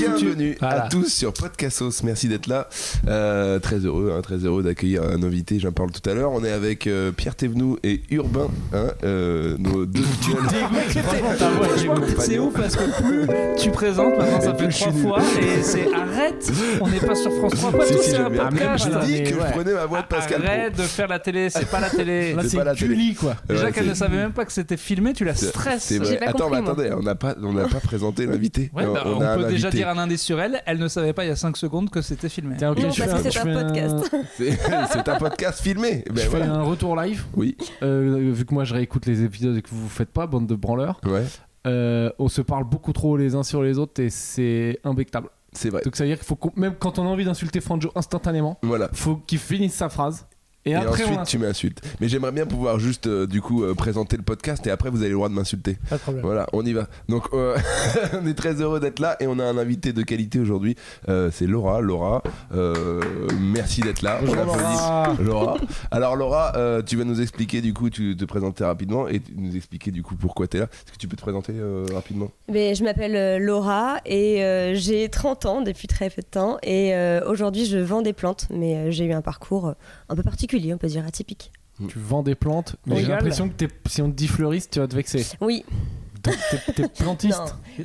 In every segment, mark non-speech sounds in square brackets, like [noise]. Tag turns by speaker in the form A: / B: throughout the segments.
A: Bienvenue
B: Voilà.
A: à tous sur Podcastos. Merci d'être là. Euh, très heureux, hein, très heureux d'accueillir un invité. J'en parle tout à l'heure. On est avec euh, Pierre Thévenoud et Urbain, hein, euh, nos deux mutuels.
C: C'est ouf parce que plus tu présentes, maintenant ça
A: Et
C: fait
A: plus je
C: trois
A: suis
C: fois et c'est arrête. On n'est pas hein, sur France 3. Quoi,
A: Si,
C: tout
A: si,
C: c'est un
A: j'aime bien.
C: podcast. Ah,
A: J'ai dit
B: mais
A: que
B: ouais.
A: je prenais ma voix de Pascal. Pro.
C: Arrête de faire la télé, c'est pas la télé.
B: Là,
A: C'est pas
B: c'est
A: la télé.
B: Gulli, quoi.
A: Ouais,
C: Déjà qu'elle
A: c'est-
C: ne savait même pas que c'était filmé, tu la
A: c'est-
C: stresses.
A: c'est vrai.
D: J'ai pas
A: Attends, mais
D: compris, moi.
A: attendez, on n'a pas, on n'a pas présenté l'invité.
C: Ouais,
A: Non,
C: bah, on,
A: a un
C: peut déjà
A: invité.
C: dire un indice sur elle. Elle ne savait pas il y a 5 secondes que c'était filmé.
B: Tiens, ok,
D: Non,
B: je
D: parce
B: fais
D: que
B: [laughs]
D: c'est
B: je
D: un
B: fais
D: podcast.
A: C'est [laughs] c'est un podcast filmé.
B: Je
A: Ben
B: fais
A: voilà.
B: un retour live,
A: Oui.
B: euh, vu que moi je réécoute les épisodes et que vous vous faites pas, bande de branleurs.
A: Ouais.
B: Euh, on se parle beaucoup trop les uns sur les autres et c'est imbectable.
A: C'est vrai.
B: Donc ça veut dire qu'il faut qu'on- même quand on a envie d'insulter Franjo instantanément,
A: Voilà.
B: faut qu'il finisse sa phrase et,
A: Et,
B: après
A: ensuite,
B: on insulte.
A: tu m'insultes. Mais j'aimerais bien pouvoir juste, euh, du coup, euh, présenter le podcast et après, vous avez le droit de m'insulter.
E: Pas de problème.
A: Voilà, on y va. Donc, euh, [laughs] on est très heureux d'être là et on a un invité de qualité aujourd'hui. Euh, c'est Laura. Laura, euh, merci d'être là.
B: Bonjour,
A: On l'applaudit.
B: Laura.
A: Laura. Alors, Laura, euh, tu vas nous expliquer, du coup, tu te présenter rapidement et tu- nous expliquer, du coup, pourquoi tu es là. Est-ce que tu peux te présenter euh, rapidement
D: Mais je m'appelle euh, Laura et euh, j'ai 30 ans depuis très peu de temps et euh, aujourd'hui je vends des plantes mais euh, j'ai eu un parcours euh, un peu particulier, on peut dire atypique.
B: Tu vends des plantes, mais j'ai
E: Légal.
B: l'impression que t'es- si on te dit fleuriste, tu vas te vexer.
D: Oui,
B: Donc, T'es t'es plantiste.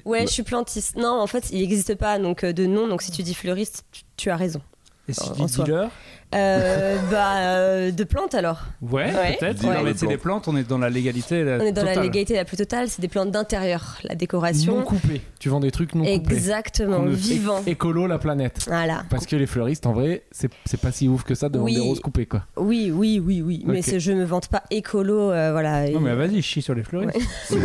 D: non. Ouais, je suis plantiste. Non, en fait, il n'existe pas donc euh, de nom donc si tu dis fleuriste, tu, tu as raison.
C: Et si
B: Ah,
D: en
C: tu dis
D: soi.
C: dealer,
B: [laughs]
D: Euh, bah euh, de plantes alors.
C: ouais,
D: Ouais.
C: peut-être.
A: Dealer
C: Non, mais
A: de
C: c'est des plantes, on est dans la légalité. la
D: On est dans la
C: totale.
D: légalité la plus totale, c'est des plantes d'intérieur, la
B: non
D: décoration.
B: couplé. Tu vends des trucs non couplés.
D: Exactement,
B: Qu'on ne-
D: vivant.
B: Écolo la planète.
D: Voilà.
B: Parce que les fleuristes, en vrai, c'est c'est pas si ouf que ça de vendre
D: Oui.
B: des roses coupées, quoi.
D: Oui, oui, oui, oui. Mais
B: Ok.
D: c'est- je me vante pas écolo, euh, voilà.
C: Non, mais vas-y, chie sur les fleuris. C'est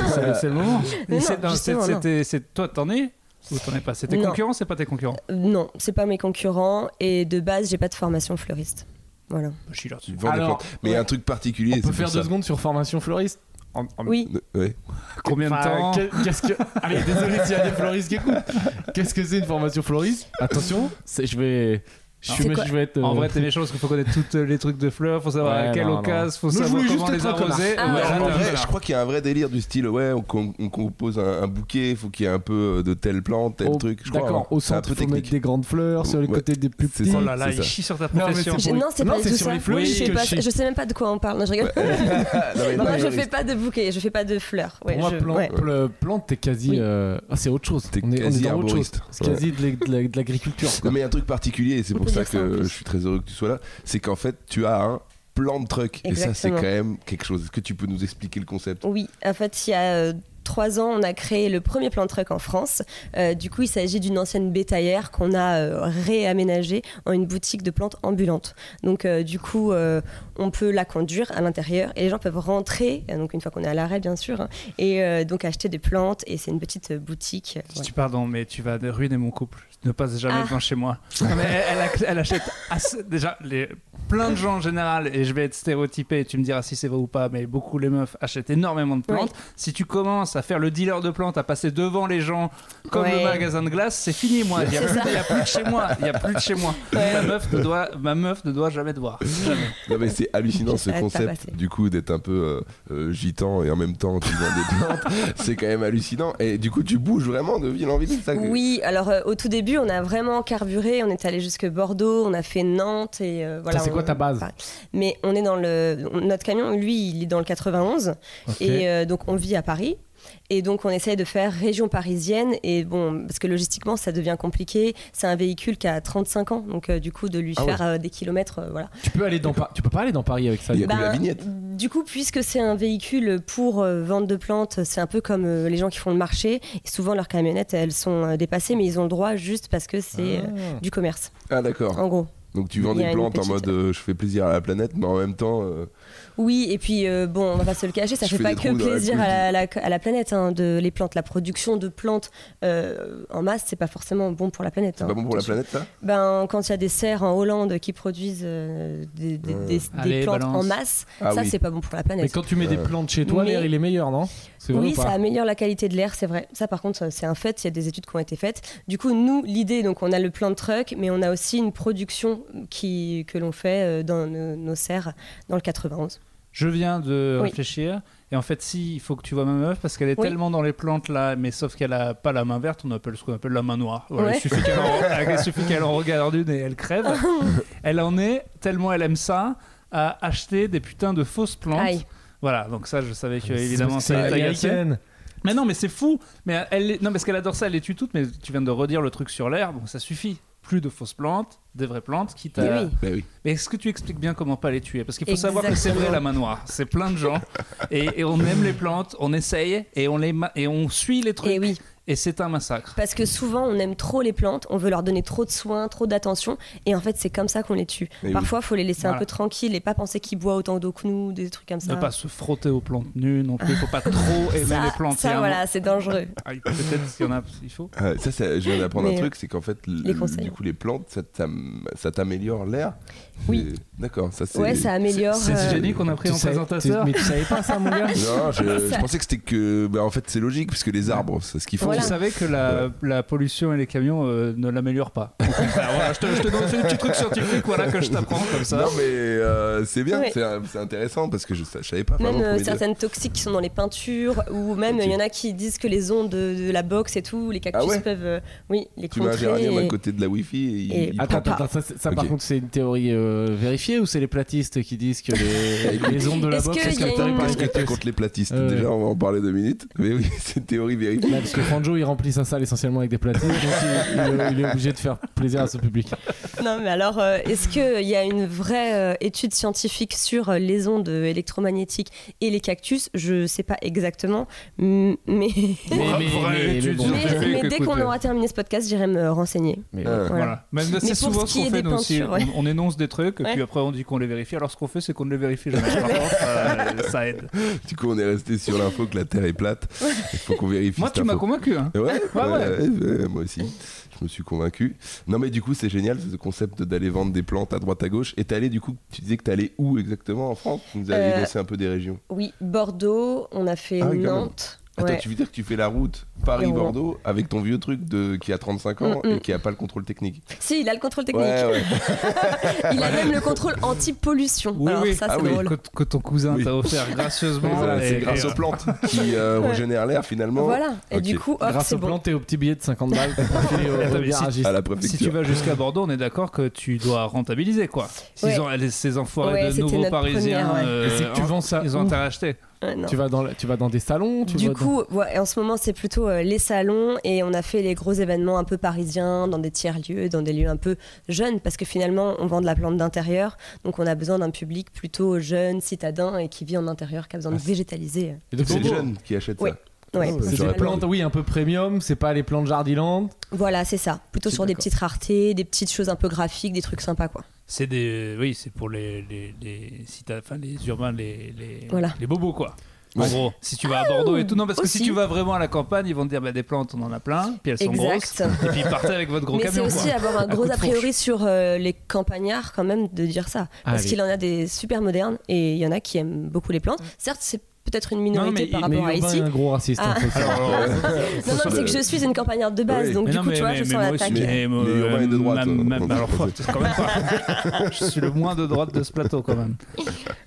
C: c'est le
D: [laughs]
C: moment.
D: Mais
C: Et c'est-
D: non,
C: non, c'est-
D: justement, non.
C: c'était- c'est- Toi, t'en es ou t'en es pas C'est tes
D: Non. Euh,
C: concurrents, c'est pas tes concurrents
D: Non, c'est pas mes concurrents et de base, j'ai pas de formation fleuriste. Voilà.
C: Je suis là
A: Tu vends des
B: Alors,
A: plantes. Mais il y a
B: ouais.
A: un truc particulier.
B: On
A: c'est
B: peut
A: pour
B: faire deux
A: ça.
B: secondes sur formation fleuriste Ah,
D: Oui.
A: Ouais.
C: Combien de
B: Bah,
C: temps
B: Enfin, que-
A: [laughs]
B: Qu'est-ce que Allez, désolé s'il y a des floristes qui écoutent. Qu'est-ce que c'est une formation floriste Attention, c'est je vais
A: Ah,
B: je suis
D: C'est
B: mais
D: quoi
B: je vais être euh,
C: En vrai,
B: [laughs]
C: t'es méchant parce qu'il faut connaître tous les trucs de fleurs, faut savoir
B: Ouais,
C: à quelle
B: non, non.
C: occasion, faut
B: Nous, je
C: savoir
B: voulais
C: comment
B: juste
C: les
B: être un
C: arroser.
D: connard. Ah,
C: Ouais,
A: Ouais,
C: t'es
A: en
C: un
A: vrai,
C: connard.
A: je crois qu'il y a un vrai délire du style ouais, on, com- on compose un, un bouquet, faut qu'il y ait un peu euh, de telle plante, tel
B: au-
A: truc. Je crois.
B: D'accord,
A: hein.
B: au
A: C'est un
B: centre,
A: peu
B: il faut mettre
A: technique.
B: des grandes fleurs, sur les
A: Ouais.
B: côtés des plus
A: C'est
B: petits.
A: ça.
C: Oh là là,
A: C'est
C: il
A: ça.
C: chie sur ta
B: Non, mais
C: profession.
B: c'est-
D: Je- non, c'est
B: Non,
D: pas
B: c'est
D: du tout
B: sur
D: ça.
B: les fleurs
D: je, sais
B: que
D: pas,
B: je sais.
D: je sais même pas de quoi on parle. Non, je rigole. [laughs]
A: [laughs] Ah, non, mais
D: Moi,
A: non,
D: je
A: mais-
D: fais pas de bouquet, je fais pas de fleurs. Ouais,
B: Pour moi,
D: je-
B: plan-
D: ouais.
B: pl- plante, t'es quasi.
D: Oui.
B: euh, Ah, c'est autre chose.
A: T'es
B: on est, on est
A: quasi
B: dans autre chose.
A: arboriste.
B: C'est quasi de l'ag- de l'ag- de l'agriculture. quoi.
A: Non, mais il y a un truc particulier, et c'est
D: On
A: pour
D: peut
A: ça
D: dire ça, en
A: que
D: plus.
A: je suis très heureux que tu sois là, c'est qu'en fait, tu as un plan de truc. Et ça, c'est
D: Exactement.
A: quand même quelque chose. Est-ce que tu peux nous expliquer le concept
D: Oui, en fait, il y a euh, trois ans, on a créé le premier plan de truck en France. Euh, du coup, il s'agit d'une ancienne bétaillère qu'on a euh, réaménagée en une boutique de plantes ambulantes. Donc, euh, du coup, euh, on peut la conduire à l'intérieur et les gens peuvent rentrer, euh, donc une fois qu'on est à l'arrêt, bien sûr, hein, et euh, donc acheter des plantes. Et c'est une petite euh, boutique. euh,
C: Tu pardon, mais tu vas ruiner mon couple. Ne passe jamais
D: Ah.
C: devant chez moi. Non, mais elle, elle ac- elle achète assez- déjà les, plein de gens en général, et je vais être stéréotypé, tu me diras si c'est vrai ou pas, mais beaucoup les meufs achètent énormément de plantes. Si tu commences à faire le dealer de plantes, à passer devant les gens comme le
D: Ouais.
C: magasin de glace, c'est fini moi. Il n'y a,
D: C'est
C: plus-
D: ça.
C: il y a plus de chez moi. Il y a plus de chez moi.
D: Ouais.
C: Ma, meuf ne doit, ma meuf ne doit jamais te voir. Jamais.
A: Non, mais c'est
D: [laughs]
A: hallucinant ce
D: Ah, t'as
A: concept,
D: passé.
A: du coup, d'être un peu euh, euh, gitan et en même temps, tu vends des
D: [laughs]
A: plantes. C'est quand même hallucinant. Et du coup, tu bouges vraiment de ville en ville, c'est ça que-
D: Oui, alors euh, au tout début, on a vraiment carburé, on est allé jusque Bordeaux, on a fait Nantes et euh, voilà.
B: Ça, c'est
D: on-
B: quoi ta base
D: Mais on est dans le on- notre camion, lui, il est dans le 91
B: Ok.
D: et euh, donc on vit à Paris. Et donc on essaye de faire région parisienne et bon parce que logistiquement ça devient compliqué. C'est un véhicule qui a 35 ans donc euh, du coup de lui
A: Ah ouais.
D: faire euh, des kilomètres euh, voilà. Bah,
B: Tu peux aller dans Pa- tu peux pas aller dans Paris avec ça.
A: Il y a
B: du
A: plus
B: coup.
A: la vignette.
D: Du coup puisque c'est un véhicule pour euh, vente de plantes, c'est un peu comme euh, les gens qui font le marché. Et souvent leurs camionnettes elles sont euh, dépassées mais ils ont le droit juste parce que c'est euh, du commerce
A: Ah, d'accord.
D: en gros.
A: Donc, tu vends
D: Oh. Il y a
A: des
D: une
A: plantes en
D: petite-
A: mode euh, je fais plaisir à la planète, mais en même temps, euh,
D: Oui, et puis euh, bon, on va pas se le cacher, ça
A: Je
D: fait
A: fais
D: pas
A: des
D: que
A: trous dans la
D: plaisir
A: couche.
D: à la, à la- à la planète, hein, de les plantes. La production de plantes euh, en masse, c'est pas forcément bon pour la planète.
A: c'est
D: hein.
A: pas bon pour la planète, ça
D: Ben, quand il y a des serres en Hollande qui produisent euh, des, des-
A: Ouais.
D: des- des
C: Allez,
D: plantes
C: balance.
D: en masse,
A: Ah
D: ça
A: oui.
D: c'est pas bon pour la
B: Mais
D: planète.
B: quand tu mets des
A: Ouais.
B: plantes chez toi,
D: Mais-
B: l'air il est meilleur, non C'est vrai
D: Oui,
B: ou pas
D: ça améliore la qualité de l'air, c'est vrai. Ça, par contre, c'est un fait. Il y a des études qui ont été faites. Du coup, nous, l'idée, donc, on a le plan de truck, mais on a aussi une production qui, que l'on fait euh, dans nos, nos serres dans le 91.
C: je viens de
D: Oui.
C: réfléchir. Et en fait, si, il faut que tu vois ma meuf parce qu'elle est
D: Oui.
C: tellement dans les plantes là, mais sauf qu'elle a pas la main verte, on appelle ce qu'on appelle la main noire. Voilà,
D: Ouais.
C: Il suffit qu'elle en, il suffit qu'elle en regarde une et elle
D: [laughs]
C: crève. elle en est tellement elle aime ça à acheter des putains de fausses plantes.
D: Aïe.
C: Voilà, donc ça, je savais que
B: Ah, C'est
C: évidemment
B: parce que
C: ça allait
B: c'est
C: t'agacer.
B: américaine.
C: Mais non, mais c'est fou. Mais elle, les- non, parce qu'elle adore ça, elle les tue toutes. Mais tu viens de redire le truc sur l'air. Bon, ça suffit. Plus de fausses plantes, des vraies plantes, quitte à.
D: Mais oui.
A: Bah oui.
C: Mais est-ce que tu expliques bien comment pas les tuer Parce qu'il faut savoir que c'est
D: Exactement.
C: vrai la main noire. C'est plein de gens. et, et on aime les plantes, on essaye et on, les ma- et on suit les trucs.
D: Et oui,
C: Et c'est un massacre.
D: parce que souvent on aime trop les plantes, on veut leur donner trop de soins, trop d'attention, et en fait c'est comme ça qu'on les tue.
A: Et oui.
D: Parfois, faut les laisser un
C: Voilà.
D: peu tranquilles et pas penser qu'ils boivent autant d'eau que nous, des trucs comme ça.
C: Ne pas se frotter aux plantes nues non plus. Il faut pas trop aimer
D: [laughs] ça,
C: les plantes.
D: ça,
C: Il y a un-
D: voilà, c'est dangereux.
C: Ah, Peut-être qu'il y en a, il faut.
A: Ah, ça, ça, je viens d'apprendre un
D: Mais, euh,
A: truc, c'est qu'en fait, l-
D: les conseils.
A: du coup, les plantes, ça t'am- ça t'améliore l'air.
D: Oui.
A: C'est- D'accord, ça [laughs] c'est.
D: Ouais, ça améliore.
C: C'est
D: euh,
C: ce génie qu'on a pris
B: Tu
C: en
B: savais-
C: présentateur.
B: tu- Mais tu savais pas ça, mon gars
A: Non, je,
D: [laughs]
A: je pensais que c'était que. Bah, en fait, c'est logique, puisque les arbres, c'est ce qu'ils font.
D: Voilà.
C: Vous savez que la, la pollution et les camions euh, ne l'améliorent
B: [laughs]
C: pas. Au contraire, voilà, je, te, je te donne ce petit truc scientifique voilà, que je t'apprends comme ça.
A: Non, mais euh, c'est bien,
D: Ouais.
A: c'est c'est intéressant, parce que je, sa- je savais pas vraiment.
D: Même euh,
A: combien de-
D: certaines toxiques qui sont dans les peintures, ou même
A: Ok.
D: il y en a qui disent que les ondes de, de la boxe et tout, les cactus
A: Ah ouais
D: peuvent, euh, oui, les
A: Tu mets un
D: contrer.
A: géranium à
D: et-
A: côté de la wifi et il-
D: et-
A: il
B: Attends,
A: prend
B: attends,
A: pas.
B: attends, ça, c'est- ça, par
A: Ok.
B: contre c'est une théorie euh, vérifiée ou c'est les platistes qui disent que [laughs] les, les ondes de la
D: Est-ce
B: boxe
D: que
B: sont
D: il y a
B: captées
D: une-
B: par les
A: Qu'est-ce que t'as
B: cactus
A: contre les platistes
B: Euh.
A: Déjà, on va en parler deux minutes. Mais oui, [laughs] c'est une théorie vérifiée.
B: Là, Bah, parce que Franjo il remplit sa salle essentiellement avec des platistes, donc il, il- [laughs] il est obligé de faire plaisir à ce public.
D: [laughs] Non, mais alors, euh, est-ce qu'il y a une vraie euh, étude scientifique sur euh, les ondes électromagnétiques et les cactus Je sais pas exactement, m-
B: [laughs]
D: mais,
B: Mais,
C: Ouais,
B: mais-
C: vraie
B: mais- euh, mais
C: étude
B: bon.
C: sur-
A: bah,
D: mais,
C: scientifique,
D: mais dès
C: écoute,
D: qu'on
C: euh.
D: aura terminé ce podcast, j'irai me renseigner.
B: Mais-
A: Ah.
D: Voilà.
C: Voilà. Même
D: Mais
C: c'est
D: pour
C: souvent
D: ce
C: ce
D: qui
C: qu'on
D: est
C: fait
D: des
C: nous aussi.
D: peintures, ouais.
C: On, on énonce des trucs, et
D: Ouais.
C: puis après on dit qu'on les vérifie. Alors ce qu'on fait, c'est qu'on ne les vérifie
D: [laughs]
C: jamais. Par contre, euh, ça aide.
A: Du coup, on est resté sur l'info que la Terre est plate. Il faut qu'on vérifie.
C: Moi,
A: cette
C: tu m'as
A: info.
C: convaincu. hein.
A: Ouais,
D: [laughs]
A: ouais,
D: Bah
C: ouais.
A: ouais, moi aussi. Je me suis convaincu. Non, mais du coup, c'est génial ce concept d'aller vendre des plantes à droite à gauche. Et t'es allé, du coup, tu disais que t'es allé où exactement en France Tu nous avais
D: Euh,
A: laissé un peu des régions.
D: Oui, Bordeaux, on a fait
A: Ah oui, quand même.
D: Nantes.
A: Attends,
D: ouais.
A: tu veux dire que tu fais la route
D: Et Rouen.
A: Paris-Bordeaux avec ton vieux truc de qui a 35 ans
D: Mm, mm.
A: et qui a pas le contrôle technique.
D: Si, il a le contrôle technique.
A: Ouais,
D: [laughs]
A: ouais.
D: Il a même le contrôle anti-pollution.
C: Oui,
D: alors
C: oui.
D: ça,
A: Ah
D: c'est
A: oui.
D: drôle.
C: Que, que ton cousin
A: Oui.
C: t'a offert
B: [laughs]
C: gracieusement.
A: Voilà,
C: et-
A: c'est grâce
C: et,
A: aux plantes qui euh,
D: Ouais.
A: régénèrent l'air finalement
D: Voilà, et
A: Ok.
D: du coup, hop,
B: Grâce
D: c'est
B: aux
D: bon.
B: plantes oh, [laughs] et aux petits billets de 50 balles qu'on a filés au-
C: Attends,
B: au
C: mais si-
B: garagiste.
A: à la
C: Si tu
A: préfecture.
C: vas jusqu'à Bordeaux, on est d'accord que tu dois rentabiliser quoi. S'ils
D: Ouais.
C: ont- les- ces enfoirés
D: Ouais,
C: de
D: c'était
C: nouveaux
D: notre
C: parisiens,
D: première, ouais.
C: euh,
B: Et c'est que tu
C: hein,
B: vends ça
C: ils ont
B: où
C: intérêt à acheter.
D: Ouais, non.
B: tu vas, dans, la- tu vas dans des salons tu
D: Du
B: vas dans-
D: coup, ouais, en ce moment, c'est plutôt euh, les salons et on a fait les gros événements un peu parisiens, dans des tiers-lieux, dans des lieux un peu jeunes, parce que finalement, on vend de la plante d'intérieur, donc on a besoin d'un public plutôt jeune, citadin et qui vit en intérieur, qui a besoin de
B: Ah, c'est-
D: végétaliser.
B: Et donc,
A: C'est les
B: beau.
A: jeunes qui achètent
D: Ouais.
A: ça.
D: Ouais,
A: Ah ouais,
B: C'est des
A: J'aurais pas
B: plantes,
A: dit.
B: oui, un peu premium, c'est pas les plantes Jardiland.
D: Voilà, c'est ça. Plutôt
B: Je suis
D: sur des
B: d'accord.
D: petites raretés, des petites choses un peu graphiques, des trucs sympas, quoi.
C: C'est des, oui, c'est pour les les, les, cita- enfin, les urbains, les les,
D: Voilà.
C: les bobos quoi. En
A: Ouais.
C: gros, si tu vas à Bordeaux et tout, non parce que si
D: aussi.
C: tu vas vraiment à la campagne, ils vont te dire bah, des plantes, on en a plein, puis elles sont
D: Exact.
C: grosses, et puis partez avec votre gros
D: Mais c'est
C: camion.
D: aussi
C: quoi.
D: avoir un
C: coup
D: gros
C: de
D: a priori sur euh, les campagnards quand même de dire ça.
B: Ah
D: parce
B: oui.
D: qu'il en a des super modernes et il y en a qui aiment beaucoup les plantes. Certes, c'est peut-être une minorité
C: Mm. Non, mais-
D: par
B: Mais
D: rapport à
B: Urbain est
D: ici.
B: un gros raciste. hein,
D: Ah.
B: faut
A: [laughs]
B: le savoir.
C: Alors, euh,
D: Non, non, mais c'est que je suis une campagnarde de base,
A: Oui.
D: donc
C: mais
D: du
C: non,
D: coup,
C: mais-
D: tu vois,
C: mais-
D: je
C: mais
D: sens
C: moi aussi,
D: l'attaque.
C: mais, euh,
A: Les urbains et de droite,
C: ma-
A: hein.
C: ma- ma- alors,
A: [laughs]
C: faut- c'est quand même pas- Je suis le moins de droite de ce plateau quand même.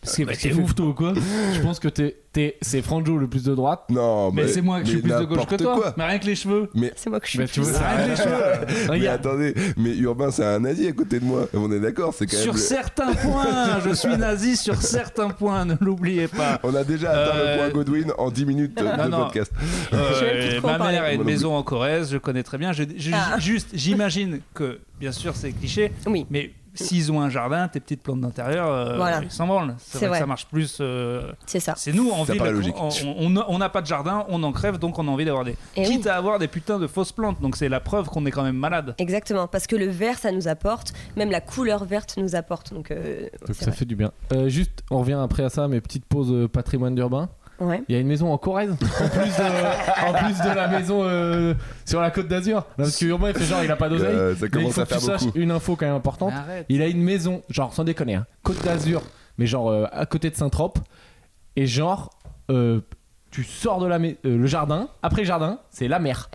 C: Parce que bah,
B: T'es
C: c'est ouf.
B: ouf, toi, ou quoi Je pense que t'es- t'es- c'est Franjo le plus de droite.
A: Non, mais,
C: Mais c'est moi que je suis
A: mais
C: plus de gauche que
A: n'importe
C: toi.
A: quoi.
C: Mais rien que les cheveux.
D: C'est moi que je suis.
B: Bah, tu vois,
D: plus-
B: ça-
C: Rien que les cheveux.
A: Mais
B: Regarde.
A: attendez, mais Urbain c'est un nazi à côté de moi, on est d'accord, c'est quand même.
C: Sur
A: le-
C: certains points, je suis nazi sur certains points, ne l'oubliez pas.
A: On a déjà atteint
C: Euh,
A: le point Godwin en 10 minutes de
C: [laughs] non, non.
A: podcast.
D: Je sais même plus de quoi
C: Euh, ma
D: on parlait.
C: mère a une
A: Moi non
C: maison en Corrèze, je connais très bien. Je, je-
D: Ah.
C: Juste, j'imagine que, bien sûr, c'est cliché,
D: Oui.
C: mais s'ils ont un jardin, tes petites plantes d'intérieur, euh,
D: Voilà.
C: ils s'en branlent. C'est
D: C'est
C: vrai,
D: vrai.
C: que ça marche plus. euh,
D: C'est ça.
C: C'est nous, en
A: Ça
C: ville,
A: paraît logique.
C: on- on n'a on n'a pas de jardin, on en crève, donc on a envie d'avoir des.
D: Et
C: Quitte à avoir des putains de fausses plantes, donc c'est la preuve qu'on est quand même malade.
D: Exactement, parce que le vert, ça nous apporte, même la couleur verte nous apporte. Donc, euh,
B: Donc
D: c'est
B: ça
D: vrai.
B: fait du bien. Euh, juste, on revient après à ça, mais petite pause euh, patrimoine d'urbain.
D: Ouais.
B: Il y a une maison en Corrèze, en plus
A: [laughs]
B: de, en plus de la maison euh, sur la côte d'Azur. Non, Parce que Urbain, il fait genre, il a pas d'oseille.
A: Euh, ça
B: mais il
A: commence
B: faut
A: à
B: que tu
A: faire
B: saches
A: beaucoup.
B: une info quand même importante.
C: arrête.
B: Il a une maison, genre sans déconner, hein, Côte d'Azur, mais genre euh, à côté de Saint-Trope. Et genre, euh, tu sors de la mai- euh, le jardin, après le jardin, c'est la
D: [laughs]
B: mer.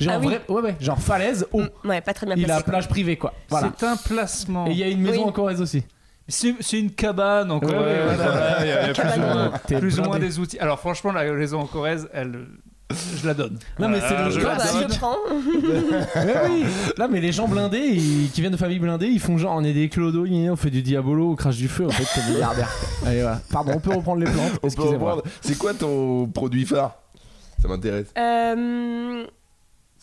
B: genre,
D: Ah oui.
B: vrai- ouais, ouais, genre
C: Oh.
B: falaise, eau.
D: Mm, Ouais, pas très bien
B: Il a
D: placé.
B: plage privée, quoi. Voilà.
C: C'est un placement.
B: Et il y a une maison
D: Oui.
B: en Corrèze aussi.
C: C'est c'est une cabane en Corrèze.
B: ouais,
C: voilà,
B: voilà.
C: il y a- il y a plus ou
D: Cabane
C: moins,
B: noire. euh, T'es
C: plus ou moins
B: blindé.
C: des outils. Alors franchement, la raison en Corrèze, elle, je la donne.
B: Non, mais c'est
C: Voilà, Ah,
B: le
C: je
D: Bon,
B: jeu.
C: la
D: bah,
B: Merci.
C: donne.
D: je prends.
B: Mais oui [laughs] Là, mais les gens blindés, ils- qui viennent de familles blindées, ils font genre on est des clodos, on fait du diabolo, on crache du feu, en fait, c'est
D: [laughs]
B: milliardaire. Allez, voilà. Pardon, on peut reprendre les plantes.
A: On peut
B: excusez-moi.
A: reprendre. C'est quoi ton produit phare Ça m'intéresse.
D: Euh,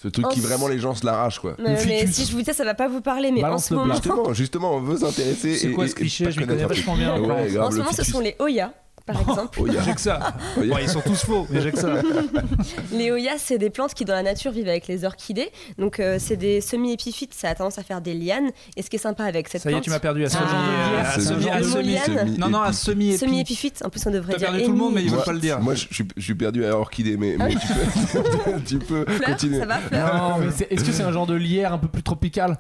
A: Ce truc qui
D: Oh,
A: vraiment les gens se l'arrachent quoi.
D: mais
B: ficus.
D: si je vous dis ça, ça va pas vous parler. Mais
B: Balance
D: en ce
B: le
D: moment,
A: [laughs] Justement,
B: blanc.
A: justement, on veut s'intéresser.
C: C'est
A: et-
C: quoi
A: et-
C: ce
A: et
C: cliché
A: pas
C: Je m'y
A: connaître
C: connais
A: un truc.
C: vachement bien.
A: Ouais,
C: Laurence.
A: grave,
D: en ce
A: le
D: moment, ce
A: ficus.
D: sont les Oya, par exemple.
A: Oh, y a-
C: J'ai que ça.
A: oh, y a-
C: Bon, ils sont tous faux, mais j'ai que ça.
D: Les Oyas, c'est des plantes qui, dans la nature, vivent avec les orchidées. Donc, euh, c'est des semi-épiphytes, ça a tendance à faire des lianes. Et ce qui est sympa avec cette
C: Ça y est,
D: plante.
C: tu m'as perdu à semi.
D: Ah,
C: euh, à
A: c'est ce
C: semi,
A: genre
C: à
A: de
C: semi.
D: Julienne.
A: semi-
C: Non, non, à semi épi.
D: Semi-épiphyte, en plus, on devrait
C: T'as
D: dire.
C: perdu tout le monde, mais
D: hémi-
C: ils veulent
A: Moi-
C: pas le dire.
A: Moi, je, je suis- je suis perdu à orchidée, mais, mais tu peux, [laughs] tu peux
D: Ah Fleur,
A: continuer.
D: ça va, fleur
B: Non, mais c'est- est-ce que c'est un genre de lierre un peu plus tropical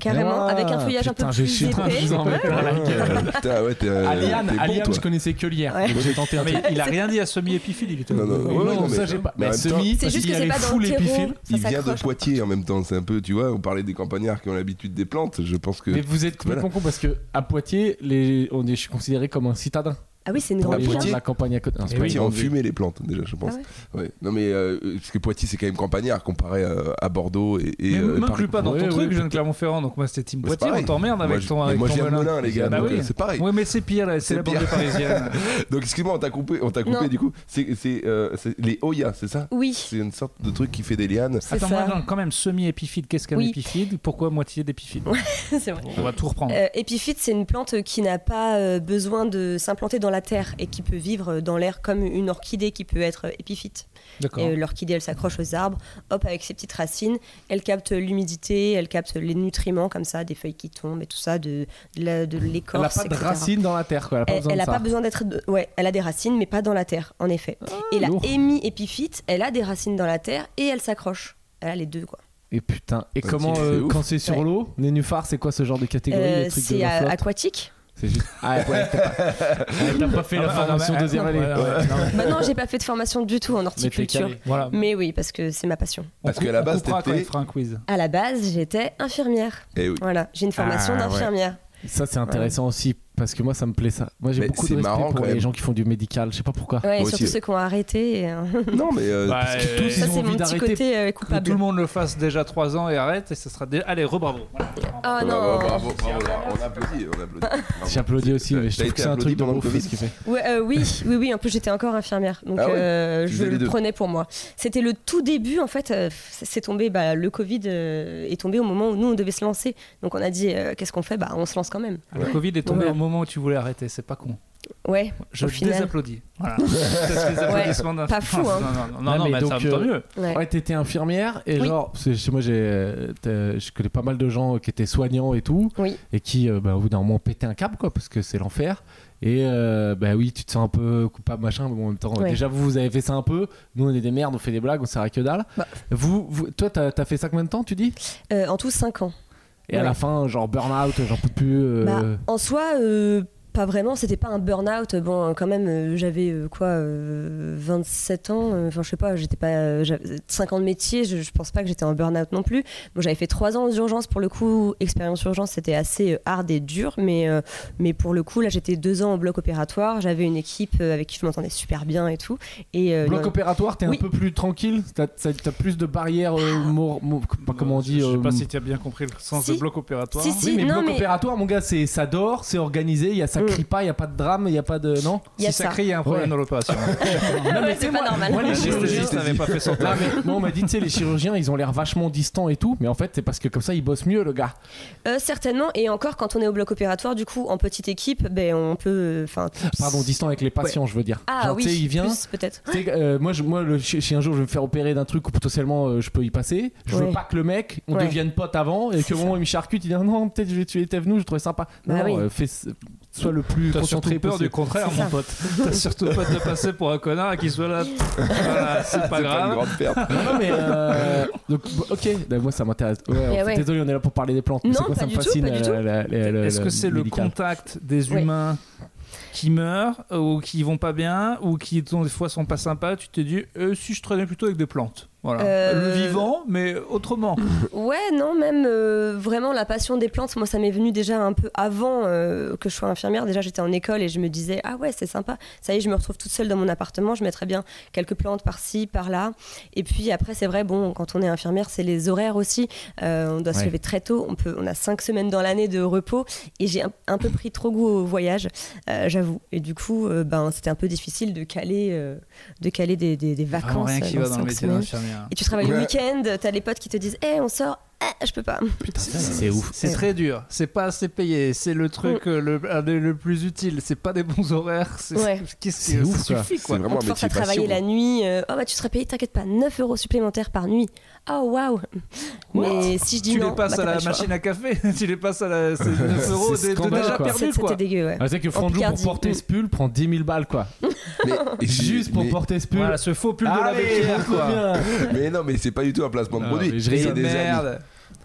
D: Carrément,
B: Ah,
D: avec un feuillage
B: putain,
D: un peu
B: j'ai
D: plus
B: chié
D: épais.
B: un peu en mettant la gueule.
A: Putain, ouais, t'es euh,
B: Aliane,
A: t'es bon,
B: Aliane,
A: toi.
B: je connaissais que l'hier.
D: Ouais.
B: Donc J'ai tenté un
C: Mais
B: truc.
C: il a rien dit à semi épiphile, il était.
A: Non, non, ouais, ouais, non, mais-
B: euh, ça j'ai pas.
A: mais en
B: Mais
A: même temps,
B: semi,
D: C'est juste
B: il
D: que
B: y
D: c'est
B: allait
D: pas dans
B: full
D: le terreau.
B: épiphile.
D: Ça
A: Il vient de
D: s'accroche.
A: Poitiers en même temps, c'est un peu, tu vois, on parlait des campagnards qui ont l'habitude des plantes, je pense que...
B: Mais vous êtes complètement con parce que à Poitiers, les... on est... je suis considéré comme un citadin.
D: Ah oui, c'est une
B: Pour
D: grande
B: les gens
D: plante.
B: de la campagne à côté. Non,
C: Eh
B: c'est pas
C: oui,
B: une
A: Poitiers ont
B: grande ville.
A: fumé les plantes déjà, je pense.
D: Ah
A: ouais. Non mais euh, parce que Poitiers c'est quand même campagnard comparé euh, à Bordeaux et, et
C: Mais
A: euh,
C: me
A: Paris.
C: inclus pas dans
B: Ouais,
C: ton
B: ouais,
C: truc,
B: ouais,
C: Jeanne Clermont-Ferrand, donc moi c'était Team
A: Bah, c'est
C: Poitiers, on
A: pareil.
C: t'emmerde
A: Moi,
C: avec
A: je-
C: ton.
A: mais
C: avec
A: moi
C: ton
A: je viens de
C: Melun.
A: Melun les gars,
C: Bah
A: donc,
C: oui.
A: euh, c'est pareil.
C: Ouais, mais c'est pire, là, c'est
A: C'est
C: la banlieue
A: pire.
C: parisienne.
A: Donc excuse-moi, on t'a coupé, on t'a coupé
D: Non.
A: du coup. C'est c'est, euh, c'est les Oya, c'est ça
D: Oui,
A: C'est une sorte de truc qui fait des lianes.
D: c'est
C: Attends, moi,
D: ça.
C: non, quand même, semi-épiphyte, qu'est-ce qu'un
D: Oui.
C: épiphyte Pourquoi moitié d'épiphyte
D: [laughs] C'est vrai.
C: On va tout reprendre.
D: Euh, épiphyte, c'est une plante qui n'a pas euh, besoin de s'implanter dans la terre et qui peut vivre dans l'air comme une orchidée qui peut être euh, épiphyte.
C: D'accord.
D: Et euh, l'orchidée, elle s'accroche aux arbres, hop, avec ses petites racines, elle capte l'humidité, elle capte les nutriments comme ça, des feuilles qui tombent et tout ça, de, de la- de
B: Elle n'a
D: l'écorce.
B: pas de
D: etc.
B: racines dans la terre, quoi. Elle a pas
D: Elle
B: besoin
D: elle
B: de
D: a
B: ça.
D: pas besoin d'être. de- Ouais, elle a des racines, mais pas dans la terre, en effet. et la
B: Ah, lourd.
D: hémiépiphyte, elle a des racines dans la terre et elle s'accroche. Elle a les deux, quoi.
B: Et putain, et
A: Ah,
B: comment
A: c'est
B: euh,
A: ouf.
B: quand c'est sur
D: Ouais.
B: l'eau, nénuphar, c'est quoi ce genre de catégorie
D: Euh,
B: les trucs de
D: c'est
B: la
D: euh,
B: flotte
D: aquatique
B: C'est juste. Ah ouais, t'as
A: [laughs]
B: pas, ouais, t'as pas fait la
C: Ah, bah,
B: formation
C: ah, bah,
B: deuxième
C: ah,
B: année.
C: ouais, ouais, non, mais-
D: Bah non, j'ai pas fait de formation du tout en
B: Mais t'es
D: horticulture.
B: calé.
C: Voilà.
D: Mais oui, parce que c'est ma passion.
A: Parce
C: On
A: qu'à la
C: cou-
A: base,
C: on coupera quand
A: t'étais-
C: il fera un quiz.
D: À la base, j'étais infirmière.
A: Eh oui.
D: Voilà, j'ai une formation
B: Ah, ouais.
D: d'infirmière.
B: Ça c'est intéressant aussi parce que moi ça me plaît ça. Moi j'ai
A: Mais
B: beaucoup
A: c'est
B: de respect
A: marrant,
B: pour
A: quand
B: les
A: même.
B: gens qui font du médical. Je sais pas pourquoi.
D: Ouais,
A: Ah, Moi
D: et surtout
A: aussi.
D: ceux qui ont arrêté. et, euh,
A: Non mais euh,
C: Bah,
A: parce que
C: euh,
A: tous,
D: [laughs] ça,
A: ils ont
D: c'est
A: envie
D: mon petit
B: d'arrêter.
D: côté euh,
C: Que tout
D: coupable.
C: le monde le fasse déjà 3 ans et arrête, et ce sera déjà. Allez, rebravo. Voilà.
D: Oh
A: Bravo,
D: non
A: bravo, bravo, Laura. on applaudit, on applaudit. Bravo.
B: [laughs] J'applaudis aussi,
A: T'as-
B: mais je
A: t'as
B: trouve
A: été
B: que c'est un
A: applaudi
B: truc de
A: pendant le
B: ouf,
A: Covid
B: ce qu'il fait.
D: Ouais, euh, oui, oui, oui. En plus, j'étais encore infirmière, donc
A: Ah ouais
D: euh,
A: Tu
D: je
A: faisais les
D: le
A: deux.
D: prenais pour moi. C'était le tout début, en fait. euh, c'est tombé, bah, le Covid euh, est tombé au moment où nous on devait se lancer. Donc on a dit, euh, qu'est-ce qu'on fait Bah, on se lance quand même.
C: Le Covid est tombé
D: Ouais.
C: au moment où tu voulais arrêter, c'est pas con.
D: Ouais.
C: Je
D: Au final.
C: désapplaudis.
D: [laughs]
C: Voilà. Parce que les applaudissements d'un-
D: pas fou,
C: Non,
D: hein.
C: Non, non, non, non,
B: Non, mais
C: mais,
B: donc,
C: ça,
B: euh,
C: tant mieux.
D: ouais.
B: Ouais, t'étais infirmière et
D: Oui.
B: genre, parce que chez moi j'ai, euh, t'as- je connais pas mal de gens qui étaient soignants et tout,
D: Oui.
B: et qui euh, bah, au bout d'un moment pétaient un câble quoi, parce que c'est l'enfer. Et euh, bah oui, tu te sens un peu coupable machin, mais bon, en même temps,
D: Ouais.
B: déjà vous vous avez fait ça un peu. Nous on est des merdes, on fait des blagues, on sert à que dalle.
D: Bah.
B: Vous, vous- toi t'as as fait ça combien de temps tu dis
D: Euh, en tout, 5 ans.
B: Et à la
D: Ouais.
B: fin, genre burn-out, j'en peux plus. euh,
D: Bah, en soi, euh, pas vraiment, c'était pas un burn-out. Bon, quand même, euh, j'avais euh, quoi, euh, 27 ans, euh, enfin je sais pas, j'étais pas. euh, j'avais 5 ans de métier, je, je pense pas que j'étais en burn-out non plus. Bon, j'avais fait 3 ans aux urgences, pour le coup, expérience urgence, c'était assez euh, hard et dur, mais, euh, mais pour le coup, là j'étais 2 ans au bloc opératoire, j'avais une équipe euh, avec qui je m'entendais super bien et tout. Et, euh,
B: Bloc
D: non,
B: opératoire, t'es
D: Oui. Ah.
B: un peu plus tranquille, t'as t'as- t'as plus de barrières, euh, mor- mor- pas comment on dit.
C: Je sais
B: euh,
C: pas si tu as bien compris le sens
D: si.
C: de bloc opératoire.
D: Si, si.
B: oui, mais
D: non,
B: bloc
D: mais-
B: opératoire, mon gars, c'est ça dort, c'est organisé, il y a ça
D: Mm.
B: crie pas, il y a pas de drame, il y a pas de non.
D: il y a
C: Si ça
D: ça. [laughs] Bah
C: crie, il y a un problème
B: Ouais.
C: dans l'opération.
B: Non, mais tu sais,
D: c'est pas
B: moi-
D: normal.
B: moi, les chirurgiens-
C: L'anesthésiste n'avait pas fait son
B: Non,
C: taf.
B: mais moi, on m'a dit, tu sais, les chirurgiens, ils ont l'air vachement distants et tout, mais en fait, c'est parce que comme ça, ils bossent mieux, le gars.
D: Euh, certainement, et encore quand on est au bloc opératoire, du coup, en petite équipe, ben on peut. enfin
B: Pardon, distants avec les patients, je veux dire.
D: Ah
B: Genre,
D: oui,
B: tu sais, il vient,
D: plus, peut-être.
B: Tu sais, euh, moi, je, moi le, si si un jour je vais me faire opérer d'un truc où potentiellement euh, je peux y passer, je veux
D: Ouais.
B: pas que le mec, on
D: Ouais.
B: devienne pote avant et
D: C'est
B: que au moment où il me charcute, il dit non, peut-être je vais tuer tes venus, je trouvais sympa. Non,
D: Bah
B: non,
D: oui.
B: euh, fais, sois le plus
C: T'as
B: concentré
C: surtout peur du
B: possible.
C: contraire,
D: C'est
C: mon
D: ça.
C: pote. T'as surtout peur de passer pour un connard et qu'il soit là. Voilà, c'est pas
A: [laughs] c'est pas une
C: grave.
A: grande
B: [laughs]
A: perte.
B: Non, non, mais
C: [laughs]
B: euh, donc, bon, ok, Bah, moi ça m'intéresse. Ouais, en fait,
D: Eh ouais.
B: Désolé, on est là pour parler des plantes. mais
D: Non,
B: c'est quoi,
D: pas
B: ça me
D: du tout,
B: fascine.
D: pas du
B: euh,
D: tout.
B: la- la- la-
C: Est-ce
B: la-
C: que c'est le
B: médical.
C: contact des
D: Ouais.
C: humains qui meurent ou qui vont pas bien ou qui sont- des fois sont pas sympas Tu t'es dit, euh, si je traînais plutôt avec des plantes Voilà.
D: Euh,
C: Le vivant, mais autrement.
D: Ouais, non, même euh, vraiment la passion des plantes, moi ça m'est venu déjà un peu avant euh, que je sois infirmière. Déjà j'étais en école et je me disais, ah ouais, c'est sympa, ça y est, je me retrouve toute seule dans mon appartement, je mettrais bien quelques plantes par-ci, par-là. Et puis après, c'est vrai, bon, quand on est infirmière, c'est les horaires aussi. Euh, on doit se
B: Ouais.
D: lever très tôt, on, peut, on a cinq semaines dans l'année de repos et j'ai un, un peu pris trop goût au voyage, euh, j'avoue. Et du coup, euh, ben, c'était un peu difficile de caler, euh, de caler des, des- des vacances.
C: Vraiment rien qui
D: euh,
C: va dans le
D: cinq
C: métier hein,
D: semaines.
C: d'infirmière.
D: Et tu travailles le
A: Ouais.
D: week-end, t'as les potes qui te disent, hé, on sort, Ah, je peux pas.
B: C'est ouf.
C: C'est
D: Ouais.
C: très dur, c'est pas assez payé, c'est le
D: Mm.
C: truc euh, le, un des- le plus utile, c'est pas des bons horaires, c'est
D: Ouais.
C: [laughs] qu'est-ce
B: C'est
C: que
B: ouf,
C: ça
B: quoi.
C: suffit quoi.
A: C'est
D: On
A: vraiment
D: te
A: un
D: force à
A: métier
D: travailler
A: passion.
D: la nuit. euh, oh bah tu seras payé, t'inquiète pas, 9 euros supplémentaires par nuit. Oh waouh Mais si je dis
C: Tu
D: non,
C: les passes
D: bah,
C: à la
D: t'as pas le choix.
C: machine à café, [laughs] tu les passes à la. C'est 9 euros
B: C'est
C: de- de
B: scandale,
C: déjà
B: quoi.
C: perdu
D: C'était-
C: quoi.
D: C'était dégueu, ouais.
B: Ah, c'est que Franjou, pour
D: Picardie.
B: porter ce pull, prend 10 000 balles, quoi.
A: Mais,
B: Juste pour
A: mais-
B: porter ce pull.
C: Voilà, ce faux pull de la
B: Allez, [laughs]
C: béquillère
B: on
C: quoi.
B: revient.
A: Mais non, mais c'est pas du tout un placement de
B: Non,
A: produit.
B: mais je
A: C'est
B: rigole.
A: des amis.
C: Merde.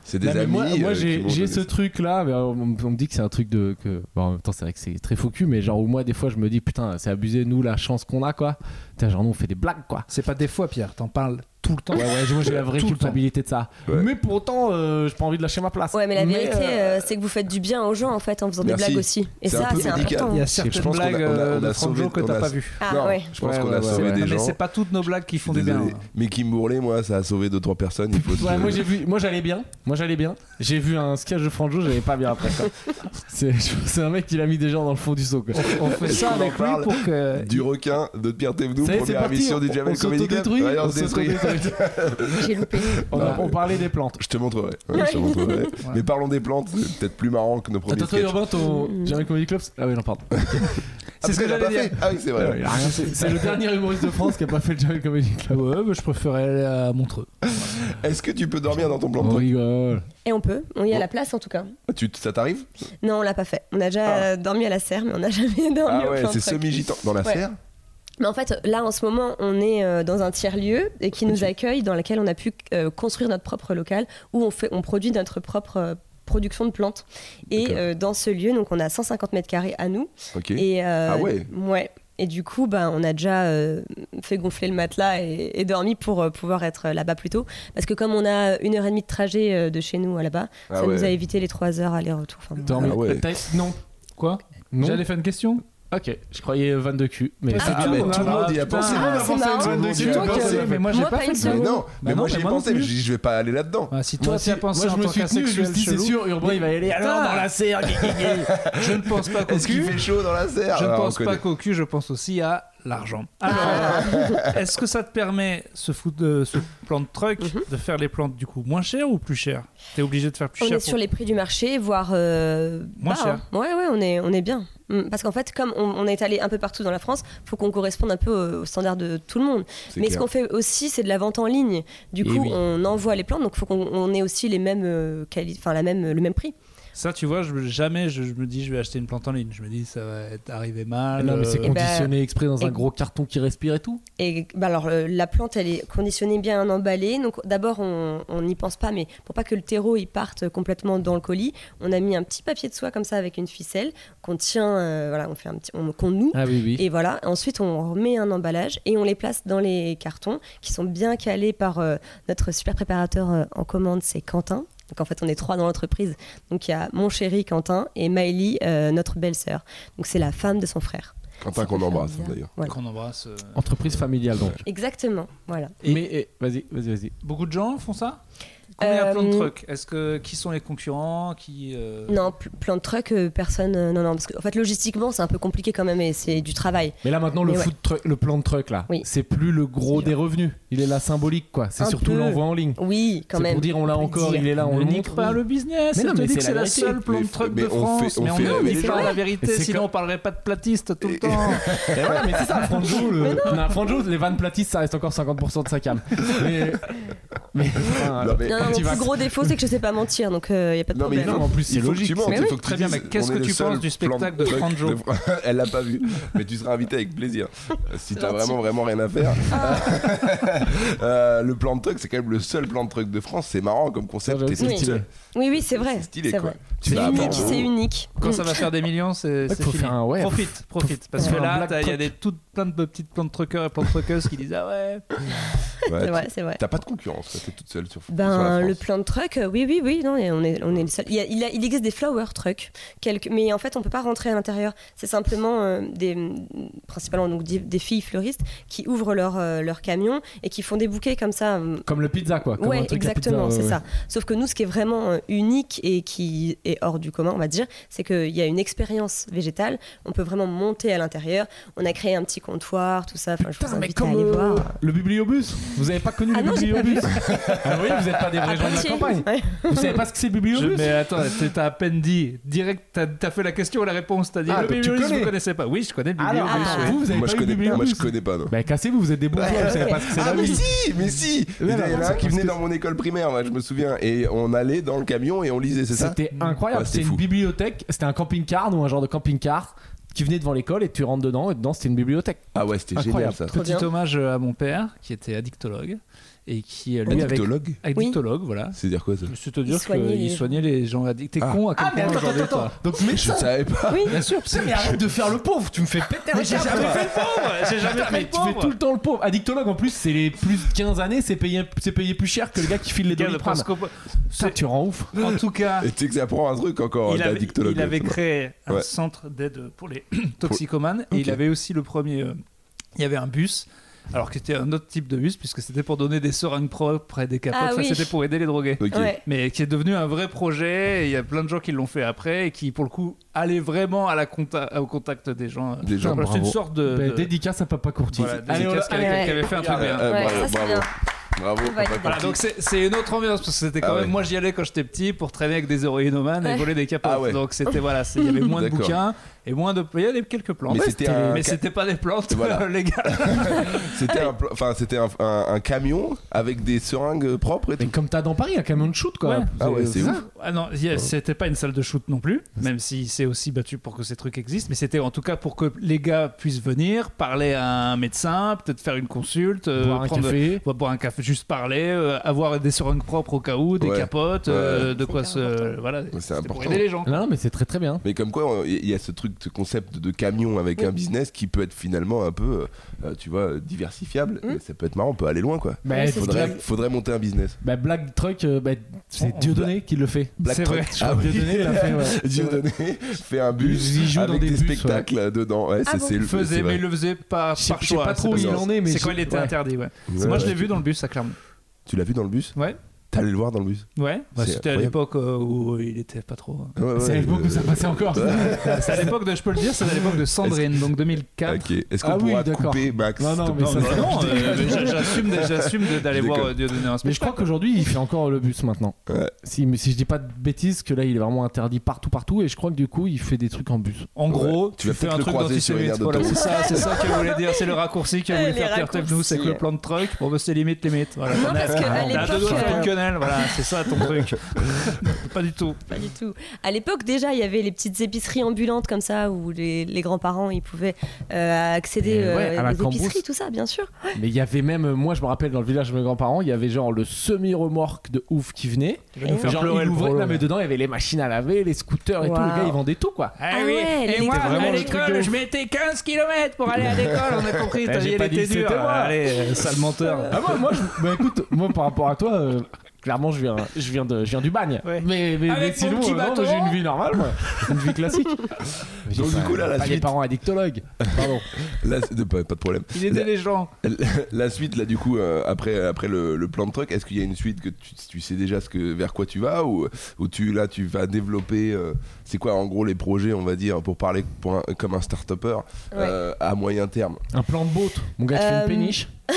A: C'est
B: Non,
A: des
B: mais
A: amis.
B: moi, moi,
A: euh, qui
B: j'ai
A: m'ont
B: j'ai
A: donné
B: ce
A: ça.
B: truc là, on, me- on me dit que c'est un truc de. Que... Bon, en même temps, c'est vrai que c'est très faux cul, mais genre, où moi, des fois, je me dis, putain, c'est abusé, nous, la chance qu'on a, quoi. Putain, genre, nous, on fait des blagues, quoi.
C: C'est pas des fois, Pierre, t'en parles tout le temps.
B: Ouais, ouais, [laughs] moi, j'ai la vraie
C: Tout le
B: culpabilité de ça.
A: Ouais.
B: Mais pourtant, euh, j'ai pas envie de lâcher ma place.
D: Ouais, mais la vérité,
B: euh,
D: euh, c'est que vous faites du bien aux gens en fait en faisant
A: Merci.
D: des blagues aussi. Et
A: C'est
D: ça,
A: un peu
D: c'est
A: médical.
D: important.
C: Il y a
A: Je
C: certaines
A: pense qu'on a-
C: blagues
A: on a-
C: euh,
A: on a
C: de Franjo
A: sauvé-
C: que
A: on
C: t'as
A: a-
C: pas vu.
D: Ah
A: Non,
D: ouais.
A: je pense
B: Ouais,
A: qu'on
B: ouais,
A: a
B: ouais,
A: sauvé
B: ouais.
A: des
C: Mais
A: gens.
C: c'est pas toutes nos blagues qui font du bien.
A: Désolé. Mais Kim Bourlet, moi, ça a sauvé 2-3 personnes. Il faut se-
B: Ouais, moi j'ai vu, moi j'allais bien, moi j'allais bien. J'ai vu un sketch de Franjo, j'allais pas
A: [laughs]
B: bien après. quoi. C'est c'est un mec qui a mis des gens dans le fond du seau. Quoi.
A: [laughs]
C: On fait ça
A: On en
C: avec lui
A: parle.
C: pour que.
A: du requin de Pierre Thévenoud,
B: Ça y est, c'est
A: première
B: parti,
A: émission
B: on-
A: du
B: on
A: Jamel Comedy Club.
B: s'autodétruit,
A: Ouais, on
B: on
A: se détruit.
B: s'autodétruit.
D: [laughs]
A: [laughs]
D: J'ai loupé.
B: On a-
A: Non.
B: on parlait des plantes.
A: Je te montrerai. Ouais, je te montrerai. Mais parlons des plantes, c'est peut-être plus marrant que nos premiers
B: Attends, toi,
A: sketchs.
B: Urbain, ton Jamel Comedy Club c'est- Ah oui, non, pardon.
A: Ah,
C: C'est ce
A: parce qu'il
C: que
A: a
C: j'allais
A: pas
C: dire.
A: fait. Ah oui, c'est vrai.
B: C'est le dernier humoriste de France qui a pas fait le Jamel Comedy Club.
C: Ouais, mais je préférais aller à Montreux.
A: Est-ce que tu peux dormir dans ton plan de
B: On
A: truc
B: rigole.
D: Et on peut, on y a la place en tout cas.
A: Tu- Ça t'arrive
D: Non, on l'a pas fait. On a déjà
A: Ah.
D: euh, dormi à la serre, mais on n'a [laughs] jamais dormi
A: Ah
D: au
A: ouais,
D: plan
A: c'est
D: truc.
A: semi-gitan. Dans la
D: Ouais.
A: serre
D: Mais en fait, là en ce moment, on est euh, dans un tiers-lieu et qui nous accueille, dans lequel on a pu euh, construire notre propre local où on, fait, on produit notre propre euh, production de plantes. Et
A: D'accord.
D: euh, dans ce lieu, donc on a 150 mètres carrés à nous.
A: Ok.
D: Et, euh,
A: Ah ouais
D: Ouais. Et du coup, ben, on a déjà euh, fait gonfler le matelas et, et dormi pour euh, pouvoir être euh, là-bas plus tôt. Parce que comme on a une heure et demie de trajet euh, de chez nous à là-bas,
A: Ah
D: ça nous a
A: ouais.
D: évité les trois heures aller-retour. Enfin, bon.
B: Dormir.
A: Ah ouais.
B: T'as- Non.
C: Quoi
B: Non.
C: J'allais faire une question
B: Ok, je croyais vanne de cul. Mais
A: Ah,
B: Ah,
A: mais
B: bon,
A: tout le
B: bah,
A: monde y a
B: putain.
A: pensé.
D: Ah, c'est marrant.
A: bonne idée,
C: C'est toi
A: bonne
C: qui as-
A: idée.
C: Mais moi j'ai
D: Moi,
C: pas
D: pas
C: fait
D: une
C: ça.
A: Mais
D: seconde.
A: non, mais
C: non,
A: moi
C: mais
A: j'y ai
C: moi non
A: pensé, mais
C: plus.
A: je dis, je vais pas aller là-dedans.
C: Ah, si
B: Moi,
C: toi t'y as
B: si-
C: pensé
B: moi,
C: en
B: je me
C: tant
B: suis tenu, je
C: qu'asexuel
B: me suis dit, c'est
C: chelou,
B: sûr, Urbain, il va y aller. Alors, dans la serre,
C: [laughs] je ne pense pas qu'au
A: Est-ce qu'il
C: cul.
A: fait chaud dans la serre
C: Je ne
A: Ah, on
C: pense pas
A: connaît.
C: qu'au cul, je pense aussi à l'argent. Alors,
B: [laughs]
C: est-ce que ça te permet, ce, foot de, ce plan de truck,
B: Mhm.
C: de faire les plantes du coup moins chères ou plus chères T'es obligé de faire plus
D: On
C: cher
D: est sur les prix du marché, voire euh,
C: Moins
D: bas,
C: cher.
D: hein. Ouais, ouais, on est, on est bien. Mm, Parce qu'en fait, comme on, on est allé un peu partout dans la France, faut qu'on corresponde un peu aux standards de tout le monde.
A: C'est
D: Mais ce
A: clair.
D: qu'on fait aussi, c'est de la vente en ligne. Du
B: Eh
D: coup,
B: oui.
D: on envoie les plantes, donc faut qu'on on ait aussi les mêmes, euh, quali- enfin la même, le même prix.
C: Ça, tu vois, je- jamais je, je me dis je vais acheter une plante en ligne. Je me dis ça va être arrivé mal.
B: Ah, Non, mais c'est
C: euh,
D: con.
B: conditionné exprès dans un
D: et-
B: gros carton qui respire et tout.
D: Et bah alors euh, la plante, elle est conditionnée bien emballée. Donc d'abord, on on n'y pense pas, mais pour pas que le terreau il parte complètement dans le colis, on a mis un petit papier de soie comme ça avec une ficelle qu'on tient, euh, voilà, on fait un petit, on, qu'on noue.
B: Ah oui, oui.
D: Et voilà, ensuite on remet un emballage et on les place dans les cartons qui sont bien calés par euh, notre super préparateur euh, en commande, c'est Quentin. Donc en fait on est trois dans l'entreprise. Donc il y a mon chéri Quentin et Maëlie, euh, notre belle-sœur. Donc c'est la femme de son frère.
A: Quentin
D: Ça
A: qu'on
D: peut
A: embrasse hein,
D: faire bizarre.
A: d'ailleurs.
D: Voilà.
C: Qu'on embrasse. euh.
B: Entreprise familiale, donc.
D: Exactement, voilà.
C: Et-
B: Mais eh, vas-y, vas-y, vas-y.
C: Beaucoup de gens font ça Combien il y a
D: Euh,
C: plein de trucs Est-ce que qui sont les concurrents qui euh,
D: Non, pl- plan de truck, euh, personne. euh, non, non, parce que en fait, logistiquement, c'est un peu compliqué quand même et c'est du travail.
B: Mais là maintenant, le,
D: Mais ouais.
B: food truck, le plan de truc là,
D: Oui.
B: c'est plus le gros
D: C'est dur.
B: des revenus. Il est là symbolique quoi. C'est
D: Un
B: surtout
D: peu.
B: l'envoi en ligne.
D: Oui, quand
B: C'est
D: même.
B: pour dire on l'a
D: peut le
B: encore,
D: dire.
B: il est là, on
C: ne
B: le
C: nique
B: montre.
C: pas le business.
B: Mais
C: Mais
B: non, mais
C: dit
B: c'est
C: que
B: la
C: c'est la,
B: vérité.
C: seule plante
A: Mais-
C: truc
A: mais
C: de
A: on
C: France.
A: fait- on
C: mais on
A: fait
C: est
A: la
C: obligé
A: vérité.
C: de dire la
B: Et
C: vérité,
B: c'est
C: sinon
B: comme-
C: on parlerait pas de platiste tout le
B: [laughs]
C: temps.
B: Et voilà, [laughs] mais c'est ça, Franjo, le... non, Franjo, les vannes platistes, ça reste encore 50% de sa cam. Mais Mais, enfin,
A: Non, mais-
D: Non, non, mon
B: Antivax.
D: plus gros défaut, c'est que je sais pas mentir, donc il n'y a pas de
A: Non, mais
D: problème.
B: non, en plus, c'est
A: Bah, il faut que
B: logique.
A: tu mentes,
E: Mais
A: il
E: oui.
A: faut que tu
C: Très bien,
A: dises,
C: mais qu'est-ce
A: on est
C: que
A: le
C: tu
A: seul
C: penses du spectacle
A: plan-
C: de Franjo
A: de- [laughs] Elle l'a pas vu, mais tu seras invité avec plaisir. Euh, Si t'as
D: Gentil. Ah.
A: vraiment vraiment rien à faire. [laughs] Euh, le plan de truc, c'est quand même le seul plan de truc de France. C'est marrant comme concept.
B: Ouais,
A: t'es
B: c'est
A: le
D: stylé.
A: seul.
D: Oui, oui, c'est vrai.
A: C'est stylé
D: c'est
A: quoi. Bah,
D: vrai.
A: Tu
D: C'est
B: Bah,
A: vas à
D: unique,
A: Bordeaux.
D: c'est unique. Mm.
C: Quand ça va faire des millions, c'est
B: Ouais,
C: c'est
B: faut
C: fini.
B: faire un- ouais,
C: profite, profite. Parce que
B: faire un
C: là,
B: black
C: t'as- il y a
B: truck.
C: des toutes plein de petites plantes truckers et plantes truckeuses qui disent Ah
A: Ouais,
C: ouais.
D: C'est
A: tu-
D: vrai, c'est vrai.
A: T'as pas de concurrence, quoi, t'es toute seule sur, sur la
D: Ben,
A: France.
D: le plan de truck, euh, oui, oui, oui, non, et on est, on est le seul. Il, y a- il, a- il existe des flower trucks, quelques, mais en fait, on peut pas rentrer à l'intérieur. C'est simplement euh, des, principalement donc des, des filles fleuristes qui ouvrent leur, euh, leur camion et qui font des bouquets comme ça. euh,
B: Comme le pizza, quoi. Comme
D: ouais,
B: un truc à
D: exactement,
B: pizza,
D: c'est
B: ouais, ouais.
D: ça. Sauf que nous, ce qui est vraiment euh, unique et qui est hors du commun, on va dire, c'est qu'il y a une expérience végétale. On peut vraiment monter à l'intérieur. On a créé un petit comptoir, tout ça. Enfin, je vous
B: Putain, mais
D: invite à
B: comme
D: aller
B: euh,
D: voir.
B: le bibliobus, vous avez pas connu
D: Ah
B: le
D: non, j'ai pas vu.
B: bibliobus [laughs] Ah oui, vous êtes pas des vrais gens de la
D: Poitiers.
B: campagne.
D: Ouais.
B: Vous savez pas ce que c'est le
C: Je-
B: bibliobus
C: mais attends, t'es- t'as à peine dit. Direct, t'as as fait la question et la réponse. T'as dit
B: Ah,
C: Le
B: donc tu
C: bibliobus,
B: connais.
C: vous connaissez pas Oui, je connais le
B: Alors,
C: bibliobus.
B: attends,
D: oui.
B: vous, vous avez
A: Moi
B: pas
A: je
B: eu le
A: connais pas, moi je
B: bibliobus
A: connais pas. non.
B: Bah cassez-vous, vous êtes des bons gars, vous savez pas ce que c'est
A: Ah
B: la
A: mais
B: vie.
A: si, mais si Il y en
B: bah,
A: a
B: voilà,
A: un qui venait
B: parce que-
A: dans mon école primaire, moi, je me souviens, et on allait dans le camion et on lisait, c'est ça
B: C'était incroyable.
A: Ouais, c'était
B: c'était une
A: fou.
B: bibliothèque, c'était un camping-car ou un genre de camping-car qui venait devant l'école et tu rentres dedans et dedans c'était une bibliothèque.
A: Ah ouais, c'était génial
B: Incroyable.
A: ça.
D: Trop
C: Petit
D: bien.
C: hommage à mon père qui était addictologue et qui euh, lui avec
A: Addictologue
C: addictologue voilà.
A: C'est-à-dire quoi ça
C: C'est-à-dire
D: Il soignait les
C: qu'il
D: gens.
C: soignait les gens addicts. T'es
A: Ah.
C: con à quel point aujourd'hui, toi.
B: Donc
A: Je savais pas.
D: Oui.
C: Bien sûr,
B: Putain, mais arrête de faire le pauvre, tu me fais péter un
C: j'ai
B: câble.
C: jamais fait le pauvre. J'ai jamais
B: Putain,
C: fait
B: mais
C: le
B: tu fais
C: pauvre.
B: tout le temps le pauvre. Addictologue en plus, c'est les plus de 15 années, c'est payé, c'est payé plus cher que le gars qui file les
C: Regarde,
B: doliprane.
C: parce qu'on-
B: Ça, tu rends ouf.
C: En tout cas,
A: Et tu sais que ça apprend un truc encore,
C: Ah. il avait,
A: l'addictologue.
C: il avait créé un
A: Ouais.
C: centre d'aide
A: [clears throat]
C: pour les [coughs] toxicomanes et
A: Ok.
C: il avait aussi le premier. euh, il y avait un bus. Alors que c'était un autre type de bus puisque c'était pour donner des seringues propres et des capotes.
D: Ah
C: Enfin,
D: oui.
C: C'était pour aider les drogués.
A: Ok.
D: Ouais.
C: mais qui est devenu un vrai projet. et Il y a plein de gens qui l'ont fait après et qui, pour le coup, allaient vraiment à la conta- au contact des gens.
A: Des gens,
C: Voilà, c'est une
B: bravo.
C: sorte
A: Euh,
C: de.
B: Bah,
C: de-
B: Dédicace à Papa Courtis.
C: voilà,
B: Allez, on-
C: dédicace qui avait-
D: allez,
C: qui avait fait un truc bien.
A: Euh,
D: Ouais,
A: bravo,
D: ça, c'est
A: bravo.
D: bien.
A: Bravo,
D: On valide.
A: papa.
C: Voilà, donc c'est c'est une autre ambiance parce que c'était quand
A: Ah
C: même.
A: ouais.
C: Moi j'y allais quand j'étais petit pour traîner avec des héroïnomanes
D: Ouais.
C: et voler des capotes.
A: Ah ouais.
C: Donc c'était voilà, c'est- il y avait moins de
A: D'accord.
C: bouquins et moins de. Il y avait quelques plantes.
A: Mais c'était un-
C: mais c'était pas des plantes,
A: Voilà.
C: [laughs] les gars.
A: C'était
C: Ah
A: un, pla- enfin, c'était un, un- un camion avec des seringues propres et
B: Mais
A: tout.
B: comme t'as dans Paris, un camion de shoot quoi.
C: Ouais.
A: Ah ouais, c'est
B: ça.
A: ouf.
C: Ah non, il y a- c'était pas une salle de shoot non plus, même s'il s'est aussi battu pour que ces trucs existent, mais c'était en tout cas pour que les gars puissent venir, parler à un médecin, peut-être faire une consulte, euh,
B: Boire un
C: prendre-
B: café.
C: bo- boire un café, juste parler, euh, avoir des seringues propres au cas où, des
A: Ouais.
C: capotes,
A: Ouais.
C: euh, de
D: C'est
C: quoi
D: hyper
C: se. Voilà,
A: c'est
C: c'était pour
A: important.
C: aider les gens.
B: Non, non, mais c'est très très bien.
A: Mais comme quoi, on- il y a ce truc, ce concept de camion avec un business qui peut être finalement un peu, euh, tu vois, diversifiable. Et ça peut être marrant, on peut aller loin, quoi.
B: Bah,
D: Hum. c'est
A: Faudrait, faudrait monter un business.
B: Bah, Black Truck, euh, bah, c'est
C: On-
B: Dieudonné qui le fait.
A: Oh, Black
C: C'est
A: Truck.
C: vrai.
A: Ah oui.
B: Dieudonné l'a fait, ouais.
A: Dieudonné fait un
B: Il
A: bus
B: joue dans
A: avec
B: des
A: des,
B: bus, ouais.
A: spectacles dedans. Ouais,
D: Ah
A: c'est-
D: bon
A: c'est le
C: Il le faisait, mais il le faisait pas
B: Je sais-
C: par
B: je sais
C: choix.
B: pas trop
C: c'est
B: où
C: pas
B: il
C: ça.
B: en est, mais
C: C'est quand
B: je-
C: il était
B: ouais.
C: interdit, ouais.
A: Ouais,
C: Moi
A: ouais.
C: je l'ai vu dans le bus à Clermont.
A: Tu l'as vu dans le bus
C: Ouais,
A: T'es allé le voir dans le bus
C: ouais. Bah,
A: C'est
C: c'était à
A: incroyable.
C: l'époque euh, où il était pas trop. hein.
A: Ouais, [laughs] ouais,
B: c'est à l'époque
A: euh,
B: où ça passait encore.
C: Bah, C'est à l'époque de, je peux le dire, c'est à l'époque de Sandrine, donc 2004.
A: Ok. Est-ce qu'on
B: Ah oui,
A: pourra
B: d'accord.
A: couper Max
B: Non, non,
A: s'il te plaît
B: mais
C: Non,
B: ça-
A: [laughs]
C: non, non, euh, mais j'a- j'assume, j'assume de- d'aller
A: Je
C: voir
A: déconne.
C: euh, Dieudonné un
B: Mais je crois
C: spectacle.
B: qu'aujourd'hui, il fait encore le bus maintenant.
A: Ouais.
B: Si, mais si je dis pas de bêtises, que là, il est vraiment interdit partout, partout, et je crois que du coup, il fait des trucs en bus.
C: En gros, tu,
A: vas
C: fais
A: peut-être
C: un
A: le
C: truc
A: croiser sur une
C: d'antisémite.
A: aire
C: Voilà, c'est
A: d'autobus.
C: ça, c'est ça qu'elle voulait dire. C'est le raccourci qu'elle voulait
D: [laughs] Les
C: faire Pierre Tepnou, c'est que le
D: raccourcis.
C: plan de truc, bon, bah, c'est limite, limite. Voilà,
D: Non, parce
B: Ah,
D: qu'à
B: on a
C: T'as deux
D: l'époque,
C: doigts de faire
D: euh,
C: une quenelle, voilà, c'est ça ton [laughs] truc. Pas du tout.
D: pas du tout. À l'époque, déjà, il y avait les petites épiceries ambulantes comme ça, où les, les grands-parents ils pouvaient euh, accéder
B: Et Eh ouais,
D: euh,
B: à la
D: aux
B: cambrousse.
D: épiceries, tout ça, bien sûr.
B: Mais il y avait même, euh, moi, je me rappelle, dans le village de mes grands-parents, il y avait genre le semi-remorque de ouf qui venait.
C: Je vais nous faire
B: Genre,
C: pleurer
B: il
C: le
B: ouvrait,
C: prolo.
B: là, mais dedans, il y avait les machines à laver, les scooters et
D: Waouh.
B: tout. Les gars, ils vendaient tout, quoi.
C: Ah
D: Ah
C: oui,
D: ouais,
C: et
D: les-
C: moi,
B: C'était vraiment
C: à
B: le truc de
C: l'école,
B: ouf.
C: je mettais 15 km pour
D: [laughs]
C: aller à l'école, on a compris,
B: Ah,
C: t'as
B: j'ai
C: Eh, dit,
B: pas
C: elle
B: dit
C: était
B: que c'était
C: dure.
B: moi.
C: Allez, euh, sale menteur.
B: Ah, moi, moi, je- bah, écoute, moi, par rapport à toi, euh, clairement, je viens, je viens de, je viens du bagne.
C: Ouais.
B: Mais, mais,
C: Avec
B: mais sinon,
C: mon petit
B: euh, non,
C: bateau.
B: j'ai une vie normale, moi. une vie classique.
C: [laughs]
B: Mais j'ai
A: Donc, du
B: pas-
A: coup, là, la
B: pas les
A: suite.
B: parents addictologues. Pardon.
A: Là, c'est- pas, pas de problème.
C: Il aidait les gens.
A: La suite, là, du coup, euh, après, après le, le plan de truc, est-ce qu'il y a une suite que tu, tu sais déjà ce que, vers quoi tu vas ou, ou tu, là, tu vas développer. euh, c'est quoi, en gros, les projets, on va dire, pour parler pour un- comme un start-upper euh, à moyen terme
B: Un plan de boat. Mon gars, tu fais
D: Euh,
B: une péniche.
A: Oh.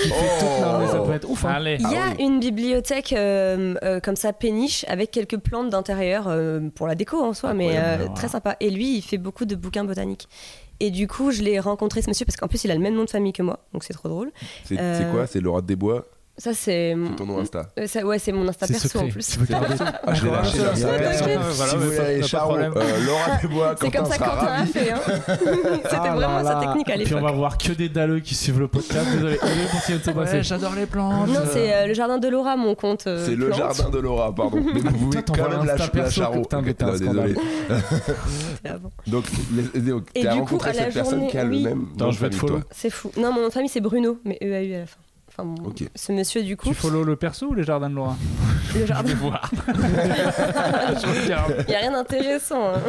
B: Non, mais ça peut être ouf. hein.
C: Allez.
D: Il y
A: Ah
D: a
A: oui.
D: une bibliothèque euh, euh, comme ça, péniche, avec quelques plantes d'intérieur euh, pour la déco en soi, mais
B: Incroyable. Ah.
D: euh, très sympa. Et lui, il fait beaucoup de bouquins botaniques. Et du coup, je l'ai rencontré, ce monsieur, parce qu'en plus, il a le même nom de famille que moi, donc c'est trop drôle.
A: C'est
D: Euh,
A: c'est quoi C'est Laura Desbois
D: Ça, c'est. mon-
A: C'est ton nom Insta.
D: Euh, ça- ouais, c'est mon Insta
B: C'est
D: perso
B: secret.
D: en
B: [laughs]
D: plus.
B: Tu peux garder-
A: Ah, je l'ai lâché là.
D: c'est
A: Personne.
D: secret.
A: Si vous voulez aller Charo, euh, [laughs] Laura et moi,
D: C'est
A: Quentin
D: comme ça que
A: sera
D: Quentin a
A: ravi.
B: [laughs]
D: fait. Hein. C'était
B: Ah
D: vraiment
B: là
D: sa
B: là.
D: technique à
B: Puis on
D: l'époque.
B: va voir que des dalleux qui suivent le podcast. Désolé, désolé pour ce qui vient de se passer.
C: J'adore les plantes.
D: Non, c'est euh, le jardin de Laura, mon compte. euh,
A: C'est le
D: plante.
A: jardin de Laura, pardon. [laughs] Mais vous pouvez
B: Toi, t'en
A: quand
B: vois
A: même la,
B: l'Insta
A: la
B: perso,
A: Charo.
B: putain, mais
A: Ok,
B: t'es un
A: non,
B: scandale.
A: désolé.
D: C'était avant.
A: Donc, les- donc,
D: Et
A: t'as
D: du coup,
A: rencontré
D: à la
A: cette personne
D: journée,
A: qui a
D: oui.
A: le même.
B: Attends,
A: nom
B: je vais
A: de
B: te
A: famille, toi.
B: follow.
D: C'est fou. Non, mon nom de famille, c'est Bruno, mais EAU à la fin. Enfin, mon-
A: Ok.
D: ce monsieur, du coup,
C: Tu follow le perso ou les jardins de [laughs] Laura
D: le
C: [laughs]
D: jardin,
C: Je regarde.
D: il n'y a rien d'intéressant. hein.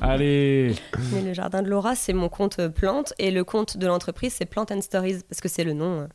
B: Allez,
D: Mais le jardin de Laura, c'est mon compte euh, Plante et le compte de l'entreprise, c'est Plant and Stories parce que c'est le nom euh,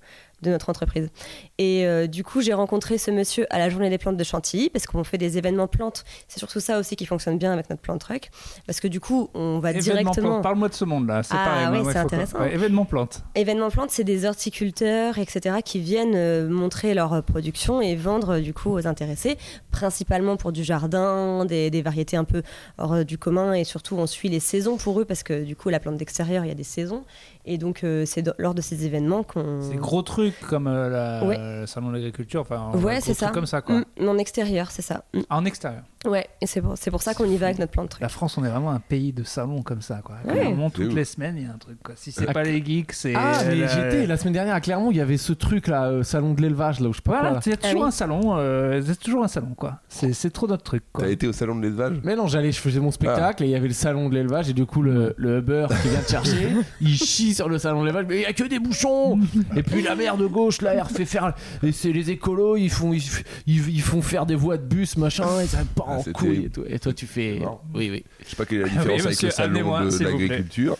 D: de notre entreprise. Et euh, du coup, j'ai rencontré ce monsieur à la Journée des plantes de Chantilly parce qu'on fait des événements plantes. C'est surtout ça aussi qui fonctionne bien avec notre Plant Truck parce que du coup, on va
C: Événement
D: directement.
C: plante. Parle-moi de ce monde-là. C'est
D: Ah,
C: pareil. moi,
D: ouais,
C: moi,
D: c'est
C: faut que-
D: intéressant.
C: ouais, événement plante.
D: Événements plantes, c'est des horticulteurs, etc., qui viennent euh, montrer leur euh, production et vendre euh, du coup aux intéressés, principalement pour du jardin, des, des variétés un peu hors euh, du commun, et surtout on suit les saisons pour eux parce que du coup la plante d'extérieur il y a des saisons, et donc euh, c'est do- lors de ces événements qu'on.
C: C'est gros trucs comme euh, la-
D: Mm. Ouais.
C: le salon de l'agriculture. Enfin, un
D: Ouais,
C: gros
D: c'est
C: truc
D: ça.
C: Comme ça, quoi.
D: Mm, en extérieur, c'est ça. Mm.
C: En extérieur.
D: Ouais, et c'est pour, c'est pour ça qu'on y va avec notre plante truc.
C: La France, on est vraiment un pays de salons comme ça, quoi.
D: Ouais.
C: Vraiment,
A: C'est
C: toutes
A: ouf.
C: les semaines, il y a un truc, quoi. Si c'est
B: Ah,
C: pas les geeks, c'est.
B: ah mais
C: la-
B: j'étais la semaine dernière à Clermont, il y avait ce truc là, euh, salon de l'élevage là où je parle.
C: Voilà, c'est toujours
D: Ah oui.
C: un salon. euh, c'est toujours un salon, quoi. C'est c'est trop notre truc, quoi.
A: T'as été au salon de l'élevage
B: Mais non, j'allais, je faisais mon spectacle et il y avait le salon de l'élevage et du coup le, le Uber qui vient te chercher, il chie sur le salon de l'élevage, mais il y a que des bouchons. et puis la mère de gauche là, elle refait faire, et c'est les écolos, ils font, ils, ils- ils font faire des voies de bus machin, et ça part
A: Ah,
B: en
A: c'est
B: couille
A: terrible.
B: et, tout. Et toi tu fais,
A: C'est marrant.
B: oui oui.
A: Je sais pas quelle est la différence
C: Ah Oui,
A: avec
C: monsieur,
A: le salon
C: amenez-moi,
A: de
C: s'il vous plaît.
A: l'agriculture,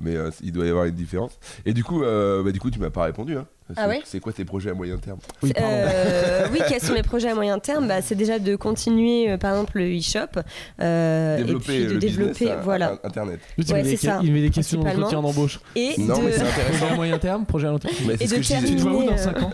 A: mais euh, il doit y avoir une différence. Et du coup, euh, bah, du coup tu m'as pas répondu. Hein.
D: Ah
A: C'est-
D: ouais
A: C'est quoi tes projets à moyen terme
B: Oui, pardon.
D: Euh, oui, quels sont mes projets à moyen terme Bah, C'est déjà de continuer, euh, par exemple, le e-shop euh, et puis de
A: le business
D: développer,
A: à- à-
D: voilà.
A: à Internet.
B: Tu sais,
D: ouais,
B: il, met
D: c'est
B: des,
D: ça,
B: il met des questions
D: principalement.
B: d'entretien d'embauche.
D: Et
A: Non,
D: de...
A: mais c'est intéressant.
B: Projet à moyen terme, projet à long terme.
A: Mais c'est
D: et
A: ce
D: de
A: que je disais.
B: Tu te vois où dans
D: euh,
B: 5 ans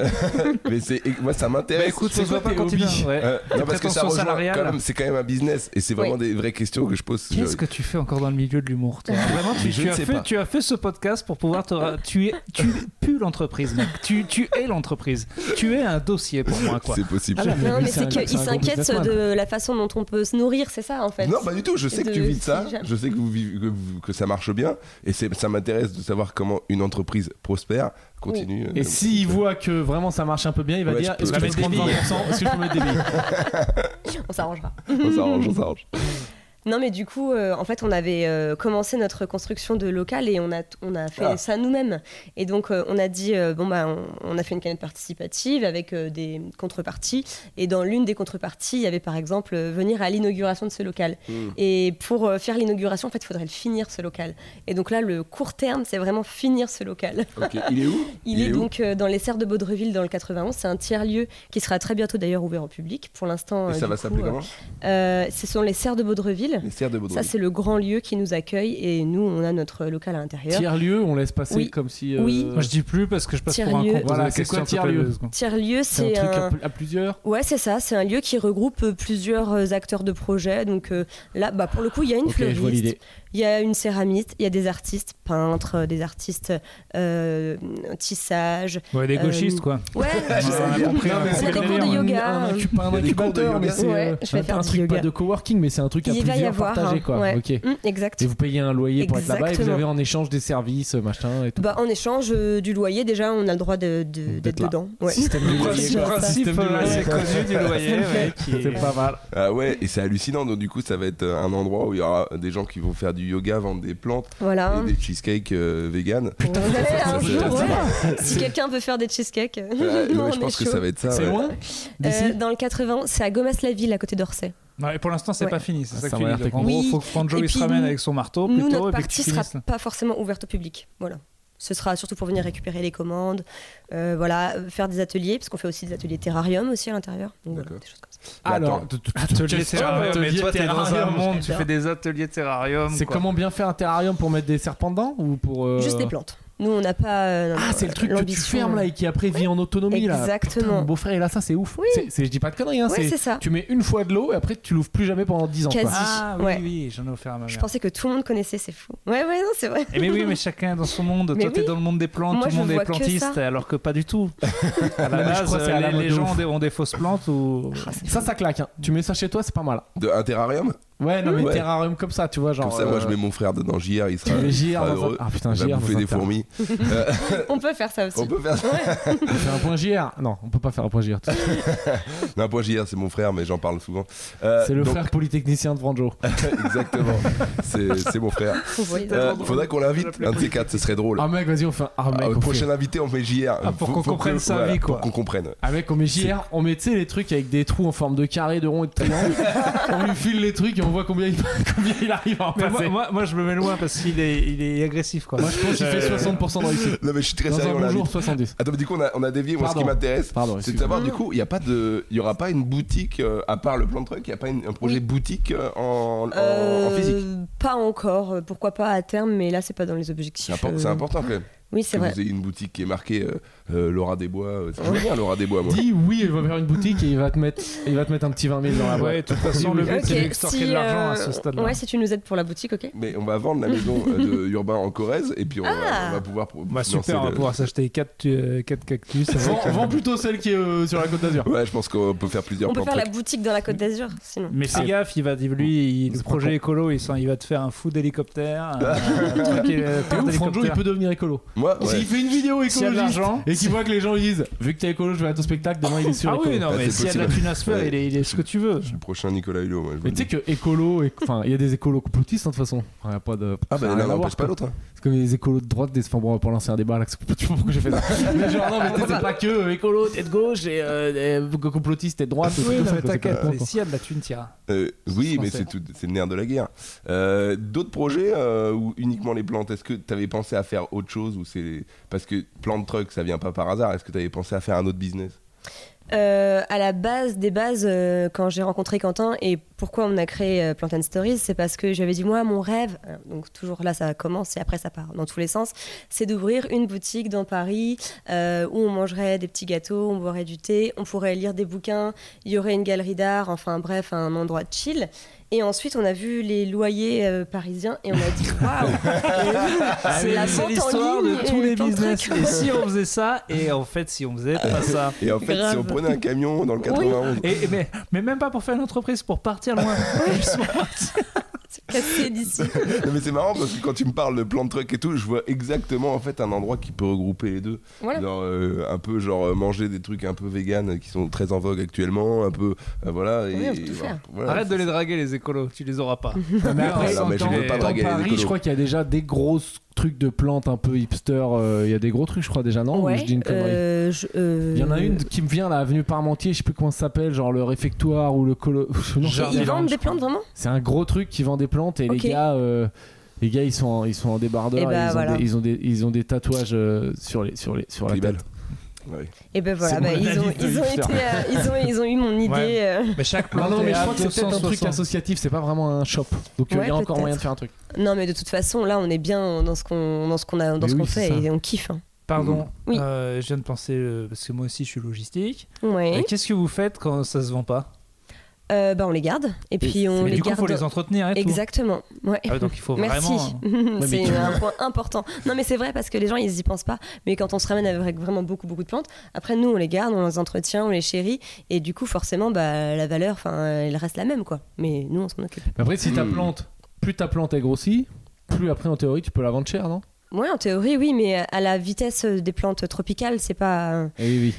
A: Mais c'est- et moi, ça m'intéresse.
C: Bah, écoute,
A: C'est
C: faut
A: quoi
C: pas
A: tes
C: continuer,
A: hobbies
C: ouais.
A: Euh,
C: Tes
A: non, parce que ça
C: prétentions
A: rejoint
C: salariales.
A: quand même, c'est quand même un business et c'est vraiment
D: Oui.
A: des vraies questions que je pose.
C: Qu'est-ce que tu fais encore dans le milieu de l'humour toi Vraiment, tu,
A: Mais je
C: tu
A: ne
C: as
A: sais
C: fait,
A: pas.
C: tu as fait ce podcast pour pouvoir te. ra- Tu es, tu pues l'entreprise, mec. Tu, tu es l'entreprise. Tu es un dossier pour moi, quoi.
A: C'est possible.
B: Ah là,
D: Non,
B: lui,
D: mais c'est
B: un-
D: qu'ils
B: un gros
D: s'inquiètent
B: businessman.
D: de la façon dont on peut se nourrir, c'est ça en fait.
A: Non, bah, pas du tout. Je sais que tu
D: de-
A: vis de ça.
D: si jamais.
A: Je sais que, vous vivez- que, vous- que ça marche bien. Et c'est- ça m'intéresse de savoir comment une entreprise prospère continue. euh,
B: Et s'il voit que vraiment ça marche un peu bien, il va
A: Ouais,
B: dire
A: je peux-
B: est-ce que
A: je
B: je
A: peux
B: peux
A: mettre des
B: prendre 20% Est-ce que je peux mettre des billes
D: On s'arrangera.
A: On s'arrange, on [laughs] s'arrange.
D: Non, mais du coup, euh, en fait, on avait euh, commencé notre construction de local et on a, on a fait
A: Ah.
D: ça nous-mêmes. Et donc, euh, on a dit, euh, bon, bah, on, on a fait une canette participative avec euh, des contreparties. Et dans l'une des contreparties, il y avait par exemple euh, venir à l'inauguration de ce local.
A: Hmm,
D: Et pour euh, faire l'inauguration, en fait, il faudrait le finir ce local. Et donc là, le court terme, c'est vraiment finir ce local.
A: Ok, il est où
D: Il, est,
A: où
D: donc euh, dans les serres de Baudreville dans le 91. C'est un tiers-lieu qui sera très bientôt d'ailleurs ouvert au public. Pour l'instant,
A: Et
D: euh,
A: ça
D: du
A: va
D: coup,
A: s'appeler
D: euh,
A: comment
D: euh, Ce sont les serres de Baudreville.
A: Les serres de Baudouin.
D: Ça, c'est le grand lieu qui nous accueille et nous, on a notre local à l'intérieur.
B: Tiers-lieu, on laisse passer
D: Oui.
B: comme si. euh,
D: Oui.
C: Moi, je dis plus parce que je passe pour un
D: Tiers-lieu.
C: con. Euh,
B: Voilà, c'est quoi tiers-lieu
D: Tiers-lieu,
B: C'est
D: c'est
B: un truc à
D: un.
B: pl- à plusieurs.
D: Ouais, c'est ça. C'est un lieu qui regroupe euh, plusieurs euh, acteurs de projet. Donc euh, là, bah, pour le coup, il y a une
B: Ok, je vois
D: fleuriste,
B: l'idée.
D: il y a une céramiste, il y a des artistes, peintres, euh, des artistes euh, tissage.
C: Ouais, des
D: Euh,
C: gauchistes, quoi.
B: [laughs]
D: Ouais, tissage.
C: on a compris,
B: Non,
C: hein.
B: mais
D: C'est
B: c'est
D: des
B: le
D: cours de
B: délire, un-
D: yoga.
B: Un, incu- pas un
A: Il y a des cours de
B: incubateur, mais
A: yoga.
B: c'est euh,
D: Ouais, je vais
B: un-
D: faire
B: un
D: du
B: truc
D: yoga.
B: pas de coworking, mais c'est un truc à
D: Il va y
B: plusieurs
D: avoir.
B: partagé
D: hein.
B: quoi.
D: Ouais.
B: Ok.
D: Mm, exact.
B: Et vous payez un loyer pour être là-bas et vous
D: Exactement.
B: avez en échange des services, euh, machin et tout.
D: Bah, en échange euh, du loyer, déjà, on a le droit de- de- d'être
B: D'être là.
D: dedans. Ouais.
B: Système
D: [laughs]
B: de loyer.
D: principe,
B: quoi.
D: principe,
B: Système de
C: euh, [laughs]
B: loyer.
C: c'est connu du loyer, ouais, qui est-
B: C'est pas mal.
A: Ah ouais, et c'est hallucinant. Donc, du coup, ça va être euh, un endroit où il y aura des gens qui vont faire du yoga, vendre des plantes
D: Voilà.
A: et des cheesecakes euh,
D: [laughs]
A: vegan.
D: Vous allez
A: ça,
D: un
A: c'est
D: jour,
A: ça.
D: ouais. Si quelqu'un veut faire des cheesecakes, [laughs]
A: Euh,
D: nous,
A: ouais,
D: on
A: je
D: est
A: pense que
D: chaud.
A: ça va être ça.
B: C'est
A: ouais.
B: loin
D: Euh,
B: D'ici
D: dans le 80, c'est à Gomas-la-Ville, à côté d'Orsay.
C: Non, et pour l'instant, c'est
D: Ouais.
C: pas fini. C'est ça,
B: Ça
C: que tu
B: m'a
C: dis.
B: l'air
C: Donc, En
D: technique.
C: gros, faut que Franjo
D: Et
C: il se
D: puis,
C: ramène
D: nous-
C: avec son
B: Oh,
C: marteau
D: Nous,
C: plutôt.
D: notre
C: et puis que tu
D: partie sera
C: finisses, là.
D: pas forcément ouverte au public. Voilà. Ce sera surtout pour venir récupérer les commandes, euh, voilà, euh, faire des ateliers, parce qu'on fait aussi des ateliers terrarium aussi à l'intérieur. Donc, voilà,
A: D'accord.
D: des choses comme ça.
B: Bah,
A: Mais attends,
B: Alors,
C: Atelier
B: Justin,
C: terrarium, mais
B: atelier
C: toi t'es dans un
B: terrarium.
C: monde, tu fais des ateliers terrarium.
B: c'est
C: quoi.
B: comment bien faire un terrarium pour mettre des serpents dedans ou pour. euh,
D: Juste des plantes. Nous, on n'a pas. euh,
B: Ah, c'est le truc que tu
D: l'ambition.
B: fermes là et qui après vit en autonomie là. Putain,
D: Exactement.
B: mon beau-frère est là, ça c'est ouf.
D: Oui.
B: C'est- c'est- je dis pas de conneries, hein,
D: Ouais, c'est ça.
B: Tu mets une fois de l'eau et après tu l'ouvres plus jamais pendant 10 ans. quoi.
D: Quasi.
C: Ah oui,
D: Ouais.
C: oui, j'en ai offert à
B: Ah,
C: ma mère.
D: Je pensais que tout le monde connaissait, c'est fou. Ouais, ouais, non, c'est vrai.
C: Eh mais oui, mais chacun dans son monde.
D: Mais
C: Toi, t'es
D: oui.
C: dans le monde des plantes,
D: Moi,
C: tout le
D: je
C: monde est
D: vois que
C: plantiste,
D: ça.
C: alors que pas du tout. [laughs] À la
B: Non, mais je
C: base,
B: crois que c'est à la
C: les, les
B: mode de
C: gens
B: ouf.
C: ont des, ont des fausses plantes ou.
D: Ah,
B: Ça, ça claque. hein. Tu mets ça chez toi, c'est pas mal.
A: De, un terrarium
B: Ouais,
D: Mmh.
B: non, mais
A: Ouais.
B: terrarium comme ça, tu vois, genre.
A: Comme ça, moi,
B: euh,
A: je mets mon frère dedans. JR, il
B: Tu
A: sera,
B: mets
A: il
B: JR
A: sera
B: dans un.
A: Euh, heureux.
B: Ah putain,
A: Il va
B: JR
A: bouffer
B: dans un
A: des
B: terrain.
A: fourmis.
D: On peut faire ça aussi.
A: On peut faire
B: [laughs]
A: ça.
B: On fait un point JR Non, on peut pas faire un point JR.
A: Non, pas JR, c'est mon frère, mais j'en parle souvent. Euh,
B: C'est le
A: donc-
B: frère polytechnicien de Franjo.
A: [laughs] Exactement. C'est c'est mon frère.
D: On voit les
A: Euh,
D: autres.
A: faudrait qu'on l'invite, un de ces quatre, ce serait drôle.
B: Ah mec, vas-y, on fait un. Ah mec,
A: Ah,
B: on fait-
A: prochain invité, on met JR.
C: Ah, pour
A: Faut-
C: qu'on
A: faut
C: comprenne
A: que-
C: sa vie, quoi.
A: Pour qu'on comprenne.
B: Ah mec, on met JR, on met, tu sais, les trucs avec des trous en forme de carré, de rond et de triangle. on lui file les trucs et on voit combien il, [laughs] combien il arrive à en
C: Mais moi,
B: passer.
C: moi, moi, je me mets loin parce qu'il est, il est agressif, quoi.
B: Moi, je pense qu'il fait 60% de réussite.
A: [laughs] Non, mais je suis très
B: Euh, [laughs] Dans
A: sérieux,
B: un
A: on
B: bon jour,
A: l'invite.
B: 70.
A: Attends, mais du coup, on a, on a dévié. Moi, ce qui
B: Pardon.
A: m'intéresse,
B: Pardon,
A: c'est de
B: excuse-moi.
A: savoir, du coup, il n'y a pas de, il y aura pas une boutique euh, à part le plan de truc, il n'y a pas une- un projet
D: Oui.
A: boutique euh, en, en- en
D: Euh,
A: physique.
D: Pas encore, euh, pourquoi pas à terme, mais là, c'est pas dans les
A: C'est
D: objectifs.
A: impor- c'est
D: euh.
A: important quand même.
D: Oui, c'est
A: que
D: vrai.
A: vous ayez une boutique qui est marquée euh, euh, Laura des Bois. euh, C'est très bien Laura des Bois, moi.
B: Dis oui, il va faire une boutique et il va te mettre, il va te mettre un petit 20 000 dans la boîte.
C: Ouais, de toute façon, le but,
D: Ok,
C: c'est d'extorquer
D: si,
C: de l'argent à
D: euh,
C: ce stade-là.
D: Ouais, si tu nous aides pour la boutique, ok.
A: Mais on va vendre la maison euh,
D: [laughs]
A: de Urbain en Corrèze et puis on, va-
D: Ah.
A: on va pouvoir. pro-
C: Bah,
A: financer
C: super, on va
A: le-
C: pouvoir s'acheter 4 cactus. avec,
B: Vends,
C: euh,
B: vends plutôt celle qui est euh, sur la côte d'Azur.
A: Ouais, je pense qu'on peut faire plusieurs
D: On peut
A: plans
D: faire la
A: trucs.
D: boutique dans la Côte d'Azur, sinon.
C: Mais fais
B: Ah.
C: gaffe, il va lui, il- le
B: C'est pas
C: projet écolo, il, sent- il va te faire un fou [laughs] d'hélicoptère. euh, un truc, euh,
B: T'es ouf, Franjo, il
C: d'hélicoptère.
B: peut devenir écolo.
A: Moi, ouais.
B: S'il fait une vidéo
C: S'il y a de
B: écologiste
C: l'argent.
B: et qu'il voit que les gens disent, vu que t'es écolo, je vais à ton spectacle, demain il est sur
C: Ah
B: écolo.
C: oui, non,
A: Ah,
C: mais
A: c'est
C: s'il y a de la
A: possible.
C: thune à se faire,
A: Ouais.
C: il, est, il est ce que tu veux.
A: le prochain Nicolas Hulot. Moi, je vous
B: Mais
A: le
B: tu sais
A: dis.
B: que écolo, éco- enfin, il y a des écolos complotistes hein, de toute façon. Enfin, y a pas de.
A: Ah,
B: ça a
A: bah
B: rien
A: l'un
B: à voir,
A: n'empêche pas
B: quoi.
A: l'autre. hein.
B: C'est comme les écolos de droite, des... enfin bon, on va pas lancer un débat là, parce que [laughs] tu vois pourquoi j'ai fait ça. mais genre, non, mais tu sais, c'est pas que euh, écolo, t'es de gauche, et euh, et complotiste, t'es de droite.
C: Oui,
B: tout
C: non,
B: ça,
C: mais
B: quoi, c'est
C: t'inquiète,
B: pas-
C: mais s'il y a de la thune, t'iras.
A: Euh,
C: C'est
A: oui, mais
C: censé.
A: c'est tout, c'est le nerf de la guerre. Euh, D'autres projets euh, ou uniquement les plantes Est-ce que tu avais pensé à faire autre chose ou c'est parce que plante truck ça vient pas par hasard Est-ce que tu avais pensé à faire un autre business
D: Euh, à la base des bases, euh, quand j'ai rencontré Quentin et pourquoi on a créé euh, Plant and Stories, c'est parce que j'avais dit moi mon rêve, euh, donc toujours là ça commence et après ça part dans tous les sens, c'est d'ouvrir une boutique dans Paris euh, où on mangerait des petits gâteaux, on boirait du thé, on pourrait lire des bouquins, il y aurait une galerie d'art, enfin bref un endroit chill. Et ensuite on a vu les loyers euh, parisiens et on a
B: [laughs]
D: dit waouh, c'est la vente en
C: Ah l'histoire
D: ligne
C: de tous
D: et
C: les
D: Plant Truck.
C: business. Et si on faisait ça, et en fait, si on faisait pas ça.
A: Et en fait,
D: Grave.
A: si on prenait un camion dans le 91,
C: Et, et mais, mais même pas pour faire une entreprise, pour partir loin. Juste pour partir.
D: Cassé d'ici.
A: [laughs] Non, mais c'est marrant parce que quand tu me parles de plan de truck et tout, je vois exactement en fait un endroit qui peut regrouper les deux.
D: Voilà.
A: Genre, euh, un peu genre euh, manger des trucs un peu vegan euh, qui sont très en vogue actuellement, un peu euh, voilà. Et,
D: Oui, on peut tout
A: et
D: faire.
A: voilà.
C: [laughs] Arrête de les draguer, les écolos, tu les auras pas.
B: mais
A: Ah,
B: après,
A: non, mais je
C: Dans-
A: veux pas
C: dans
B: dans
A: draguer les
B: Paris,
A: écolos.
B: je crois qu'il y a déjà des gros trucs de plantes un peu hipster. euh, Il y a des gros trucs, je crois, déjà, non Ou
D: Ouais,
B: je dis une connerie
D: euh, je- euh,
B: Il y en a une qui me vient là, avenue Parmentier, je sais plus comment ça s'appelle, genre le réfectoire ou le colo. [laughs] Non,
D: Et
B: c'est-
D: ils vendent des plantes vraiment
B: C'est un gros truc qui vend des plantes et
D: Ok.
B: les gars, euh, les gars ils sont en, ils sont en débardeur.
D: Eh
B: et
D: bah,
B: ils, ont
D: voilà.
B: des, ils ont des ils ont des tatouages euh, sur les sur les sur la
A: Tribal.
B: tête.
A: Ouais.
D: Et ben
B: C'est
D: voilà, bah,
B: mon
D: ils, ont,
B: analyse de
D: ils, ont
B: Hipster.
D: été, euh, ils, ont, ils ont eu mon idée.
C: Ouais.
D: euh.
C: Mais chaque
B: Non
C: plan
B: non mais
C: est
B: je
C: à
B: crois que c'est peut-être un truc
C: 260.
B: associatif, c'est pas vraiment un shop. Donc euh, il
D: Ouais,
B: y a encore
D: peut-être.
B: moyen de faire un truc.
D: Non, mais de toute façon, là, on est bien dans ce qu'on dans ce qu'on a, dans
B: Mais
D: ce qu'on
B: oui, c'est
D: fait
B: ça.
D: et on kiffe. hein.
C: Pardon,
D: Oui.
C: euh, je viens de penser, euh, parce que moi aussi je suis logistique.
D: Ouais.
C: Et Qu'est-ce que vous faites quand ça se vend pas
D: Euh, bah, on les garde et puis on
C: Mais
D: les
C: Du coup,
D: garde.
C: faut les entretenir et tout.
D: Exactement. Ouais.
C: Ah ouais, donc il faut
D: Merci. [laughs]
C: vraiment.
B: mais
D: c'est
B: tu-
D: un point important. Non, mais c'est vrai parce que les gens ils y pensent pas. Mais quand on se ramène avec vraiment beaucoup beaucoup de plantes, après nous on les garde, on les entretient, on les chérit et du coup forcément bah la valeur, enfin elle reste la même quoi. Mais nous on s'en occupe.
B: Mais après si ta
A: Hmm.
B: plante, plus ta plante est grossie, plus après en théorie tu peux la vendre cher, non
D: Ouais, en théorie oui, mais à la vitesse des plantes tropicales, c'est pas.
B: Eh oui, oui.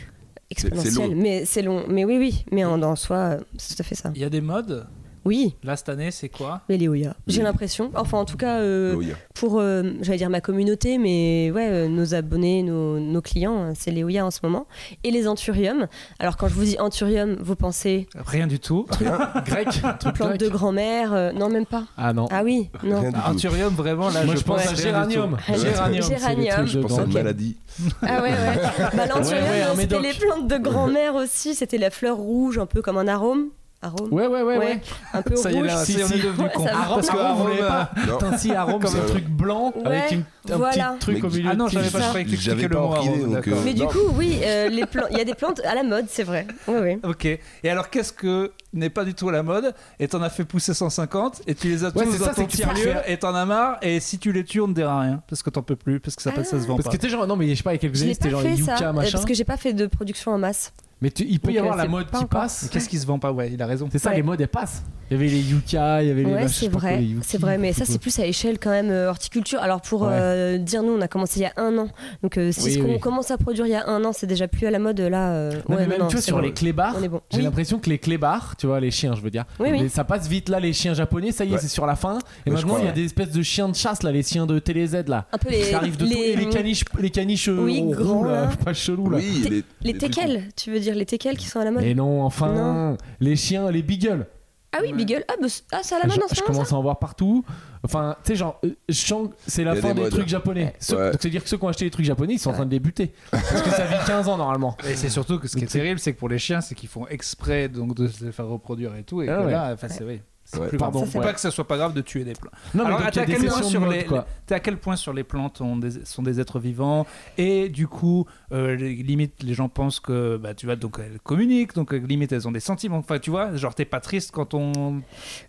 A: C'est- c'est
D: exponentielle.
A: long.
D: Mais c'est long. Mais oui, oui. Mais en, en soi, euh, c'est tout à fait ça.
C: Il y a des modes.
D: Oui,
C: Là, cette année, c'est quoi
D: les Léoya. J'ai
A: Oui.
D: l'impression. Enfin, en tout cas, euh,
A: Oui.
D: pour, euh, j'allais dire ma communauté, mais ouais, euh, nos abonnés, nos, nos clients, hein, c'est Léoya en ce moment. Et les Anthurium. Alors, quand je vous dis Anthurium, vous pensez
C: Rien du tout.
B: [laughs] Grec, truc
D: plante
B: grec.
D: de grand-mère euh, Non, même pas.
B: Ah non.
D: Ah oui,
A: Rien
D: non.
A: du tout.
C: Anthurium, vraiment, là,
B: Moi je, pense
C: rien
B: à
C: du
B: géranium.
C: tout.
D: tout.
B: Géranium, c'est les
D: Géranium.
B: trucs de
A: Je pense à
B: grand-
A: une maladie.
D: Ah ouais, ouais. Bah, l'anthurium,
B: Ouais, ouais, un
D: euh, c'était
B: médoc.
D: les plantes de grand-mère aussi. C'était la fleur rouge, un peu comme un arôme. Arôme
B: Ouais, ouais, ouais, ouais.
D: Ouais. Un peu
C: Ça y est,
D: rouge.
C: là,
B: Si,
C: si, on
B: si.
C: est devenu
D: Ouais,
C: con.
D: ça va.
C: Ah,
B: Arôme,
C: Parce que
B: arôme,
C: Arôme,
B: voulait
C: euh,
B: pas.
A: Non.
B: Putain, si, arôme,
C: Comme
B: c'est un
A: un-
B: truc blanc
D: Ouais,
B: avec une, un
D: voilà.
B: petit truc au
A: Mec,
B: milieu.
C: Ah non,
B: petit-
C: j'avais pas, je
D: ça.
C: croyais que tu
A: J'avais
C: expliquais le
A: pas
C: mot
A: aucune idée,
C: arôme,
A: donc,
C: d'accord.
A: euh,
D: Mais du
A: Non.
D: coup, oui, euh, les plan- il y a des plantes à la mode, c'est vrai. Oui, oui.
C: Ok. Et alors, qu'est-ce que n'est pas du tout à la mode Et t'en as fait pousser 150 et tu les as tous
B: Ouais, c'est
C: dans
B: ça,
C: ton
B: c'est que tu
C: tiers-lieu
B: fais-
C: et t'en as marre. Et si tu les tues, on ne dira rien parce que t'en peux plus, parce que ça, passe, ça se vend
B: Parce
C: pas.
B: que t'es genre, non, mais je sais pas, il y a quelques
D: Je
B: années,
D: l'ai
B: c'était
D: pas
B: genre les
D: fait ça,
B: Yuka,
D: euh,
B: machin.
D: parce que j'ai pas fait de production en masse.
B: Mais tu- il peut y
D: Donc,
B: avoir
D: euh,
B: la
D: c'est
B: mode
D: pas
B: qui
D: encore-
B: passe.
C: Mais Qu'est-ce qui se vend pas Ouais, il a raison.
B: C'est ça,
D: Ouais.
B: les modes, elles passent. Il y avait les Yuka, il y avait les.
D: Ouais,
B: machins,
D: c'est
B: je sais pas quoi,
D: vrai,
B: les Yuki,
D: c'est vrai, mais
B: je sais
D: ça
B: pas
D: c'est plus à échelle quand même euh, horticulture. Alors pour
B: Ouais.
D: euh, dire nous, on a commencé il y a un an, donc euh, si
B: Oui,
D: ce qu'on
B: oui.
D: commence à produire il y a un an, c'est déjà plus à la mode là. euh,
B: Non,
D: ouais,
B: mais même, tu vois,
D: c'est
B: sur
D: bon.
B: les clébards,
D: on est bon.
B: j'ai
D: Oui.
B: l'impression que les clébards, tu vois, les chiens, je veux dire,
D: Oui, oui.
B: mais ça passe vite là, les chiens japonais, ça y est,
A: Ouais.
B: c'est sur la fin. Et
A: Ouais, je
B: maintenant,
A: crois,
B: il y a
A: ouais.
B: des espèces de chiens de chasse, là, les chiens de TéléZ, là.
D: Un peu les
B: Qui arrivent de tous- et les caniches, les caniches euh,
D: Oui,
B: roux,
D: grands,
B: là,
D: là.
B: [laughs] pas chelou, là.
A: Oui,
D: T'es-
A: les,
D: les
A: les trucs-
D: teckels, tu veux dire les teckels qui sont à la mode
B: Mais non, enfin,
D: Non.
B: les chiens, les beagles.
D: Ah oui, Beagle, ah, bah, c'est- ah, c'est à la
B: Je,
D: mode en
B: je
D: ce moment.
B: commence à en voir partout. Enfin, tu sais, genre, euh, je sens que c'est la
A: Il y a
B: fin
A: des
B: des
A: modes.
B: trucs japonais. Ceux-
A: Ouais.
B: Donc, c'est-à-dire que ceux qui ont acheté les trucs japonais, ils sont en train de débuter. Parce que ça vit 15 ans normalement.
C: Et c'est surtout que ce qui est terrible, [laughs] c'est que pour les chiens, c'est qu'ils font exprès donc de se les faire reproduire et tout. Et
B: Ah
C: que
B: ouais.
C: là, enfin, c'est oui, c'est
A: Ouais.
C: plus
B: Pardon,
C: grave. Faut
B: ouais.
C: pas que ça soit pas grave de tuer des plantes.
B: Non, mais
C: Alors,
B: donc, il y
C: t'as
B: a des
C: quel point
B: questions de
C: sur
B: mode,
C: les-
B: quoi.
C: T'es à quel point sur les plantes on des- sont des êtres vivants et du coup, euh, les- limite les gens pensent que bah tu vois donc elles communiquent donc euh, limite elles ont des sentiments. Enfin tu vois, genre t'es pas triste quand on,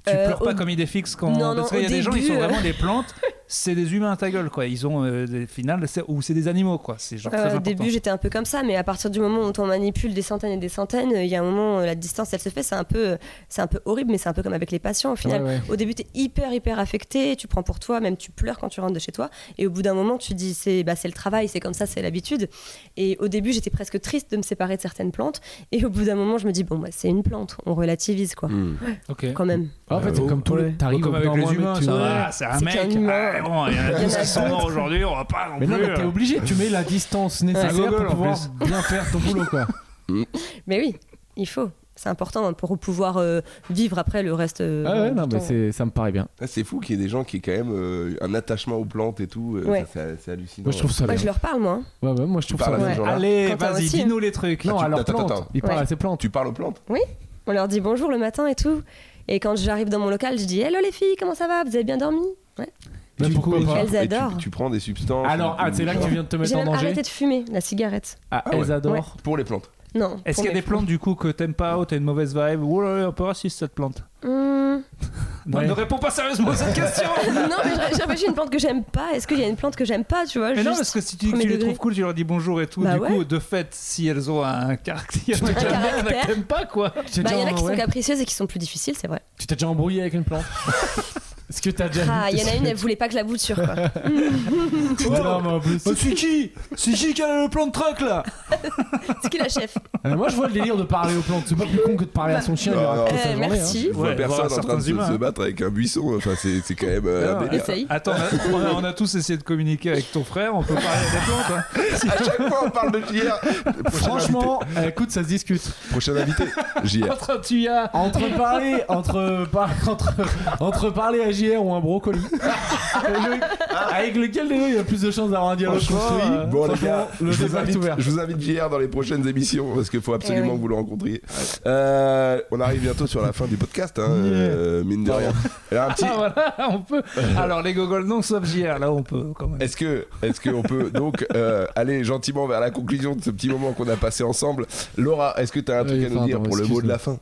C: tu
D: Euh,
C: pleures
D: au-
C: pas comme idée fixe quand
D: Non, non,
C: parce qu'il y a
D: au
C: des gens ils
D: début,
C: sont
D: euh.
C: vraiment des
D: [laughs]
C: plantes, c'est des humains à ta gueule quoi. Ils ont euh, des finales c'est- ou c'est des animaux quoi. C'est genre
D: Euh,
C: très
D: Au
C: important.
D: début, j'étais un peu comme ça, mais à partir du moment où on manipule des centaines et des centaines, euh, il y a un moment, euh, la distance, elle se fait. C'est un peu, euh, c'est un peu horrible, mais c'est un peu comme avec les patients. Au final,
B: Ouais, ouais.
D: au début, t'es hyper, hyper affecté, tu prends pour toi, même tu pleures quand tu rentres de chez toi. Et au bout d'un moment, tu dis, c'est, bah, c'est le travail, c'est comme ça, c'est l'habitude. Et au début, j'étais presque triste de me séparer de certaines plantes. Et au bout d'un moment, je me dis, bon, bah, c'est une plante, on relativise quoi,
A: Hmm.
C: Ok.
D: quand même.
B: En fait, c'est comme tous les. T'arrives
C: Comme
B: au
C: avec
B: bout d'un
C: les
B: moment,
C: humains,
B: tu
C: ça
B: vois.
C: va, c'est un
D: C'est
C: mec.
D: qu'un humain.
C: Ah, bon, il [laughs] y en a
D: Il y en
C: tous
D: a
C: qui sont morts aujourd'hui, on va pas non
B: Mais non,
C: plus. euh.
B: mais t'es obligé, tu mets la distance nécessaire
C: Google,
B: pour
C: en
B: pouvoir bien faire ton boulot, quoi.
D: Mais oui, il faut. C'est important pour pouvoir euh, vivre après le reste. euh,
B: Ah ouais, non,
D: du
B: mais
D: temps.
B: c'est- ça me paraît bien.
A: Ah, c'est fou qu'il y ait des gens qui aient quand même euh, un attachement aux plantes et tout. euh,
D: Ouais.
A: ça, c'est- c'est hallucinant.
B: Moi, je trouve ça
D: Moi,
B: bien.
D: je leur parle, moi. hein.
B: Ouais, ouais, moi, je trouve
A: Tu
B: ça
A: parles à
B: bien.
A: ces gens-là
C: Allez,
D: Quentin
C: vas-y,
D: aussi.
C: dis-nous les trucs.
B: Non,
A: tu-
B: alors
A: attends,
B: plante.
A: attends.
B: Il parle
D: Ouais.
B: à ses plantes.
A: Tu parles aux plantes
D: On leur dit bonjour le matin et tout. Et quand j'arrive dans mon local, je dis Hello les filles, comment ça va Vous avez bien dormi Ouais.
B: Mais
A: Tu-
B: pourquoi
A: et tu-
B: pas
D: Elles
A: et tu-
D: adorent.
A: Tu, prends des substances.
B: Alors,
A: ou-
B: ah, c'est là que tu viens de te
D: J'ai
B: mettre en
D: même
B: danger.
D: arrêté de fumer la cigarette.
B: Ah,
A: Ah ouais.
B: elles adorent.
A: Pour les plantes.
D: Non.
C: Est-ce
D: pour
C: qu'il y a
D: mes
C: des plantes du coup que t'aimes pas ou t'as une mauvaise vibe ou là, là, un peu raciste cette plante
D: Hum,
C: Non,
B: Ouais.
C: Ne réponds pas sérieusement à cette [laughs] question
D: non, mais j'ai- j'ai réfléchi à une plante que j'aime pas. Est-ce qu'il y a une plante que j'aime pas, tu vois
C: Mais non,
D: juste
C: parce que si tu, dis que
D: premier
C: tu les
D: degré.
C: trouves cool, tu leur dis bonjour et tout.
D: Bah
C: du
D: ouais.
C: coup, de fait, si elles ont un caractère, [laughs] que t'aimes bien, il y en a que
D: caractère.
C: t'aimes pas quoi.
B: Tu t'es
D: Bah, il y en
B: déjà-
D: a qui
B: ouais.
D: sont capricieuses et qui sont plus difficiles, c'est vrai.
B: Tu t'es déjà embrouillé avec une plante Est-ce que t'as déjà.
D: Ah,
B: vu
D: il y en a une, elle voulait pas que je la bouture. Quoi.
B: Ouais, non, mais en plus.
C: c'est qui C'est qui qui a le plan de truc là
D: C'est qui la chef
B: Euh, Moi, je vois le délire de parler aux plantes. C'est pas plus con que de parler à son chien. et lui
A: Non,
B: raconter
A: non.
B: sa
D: Euh,
B: journée, hein.
D: Merci.
A: Je vois
C: Ouais,
A: personne
C: voir
A: en train
C: certains
A: de se,
C: humains.
A: se battre avec un buisson. Enfin, c'est c'est quand même. euh, un délire.
D: Essaye.
C: Attends, on a, on a tous essayé de communiquer avec ton frère, on peut parler à des plantes. hein.
A: à chaque fois, on parle de JR. Prochain
B: Franchement, euh, écoute, ça se discute.
A: invité. Prochain invité, JR.
C: Entre tu as
B: Entre parler, entre, par- entre, entre parler à JR ou un brocoli, le- avec lequel des deux il y a plus de chances d'avoir un dialogue
C: Franchement,
B: construit.
C: euh,
A: Bon, Ah. les
B: Franchement,
A: gars, je
B: le
A: vous,
B: débat est
A: invite,
B: ouvert.
A: je vous invite JR dans les prochaines émissions parce qu'il faut absolument
D: Eh oui.
A: que vous le rencontriez. Euh, on arrive bientôt sur la fin du podcast, hein,
B: Yeah.
A: euh, mine de rien. Alors, un petit,
C: Ah, voilà, [laughs] on peut. Alors les gogoles non sauf JR, là on peut quand même.
A: Est-ce que, est-ce qu'on peut donc euh, aller gentiment vers la conclusion de ce petit moment qu'on a passé ensemble Laura, est-ce que tu as un truc
B: Oui,
A: à nous
B: enfin,
A: dire
B: attends,
A: pour le mot de la fin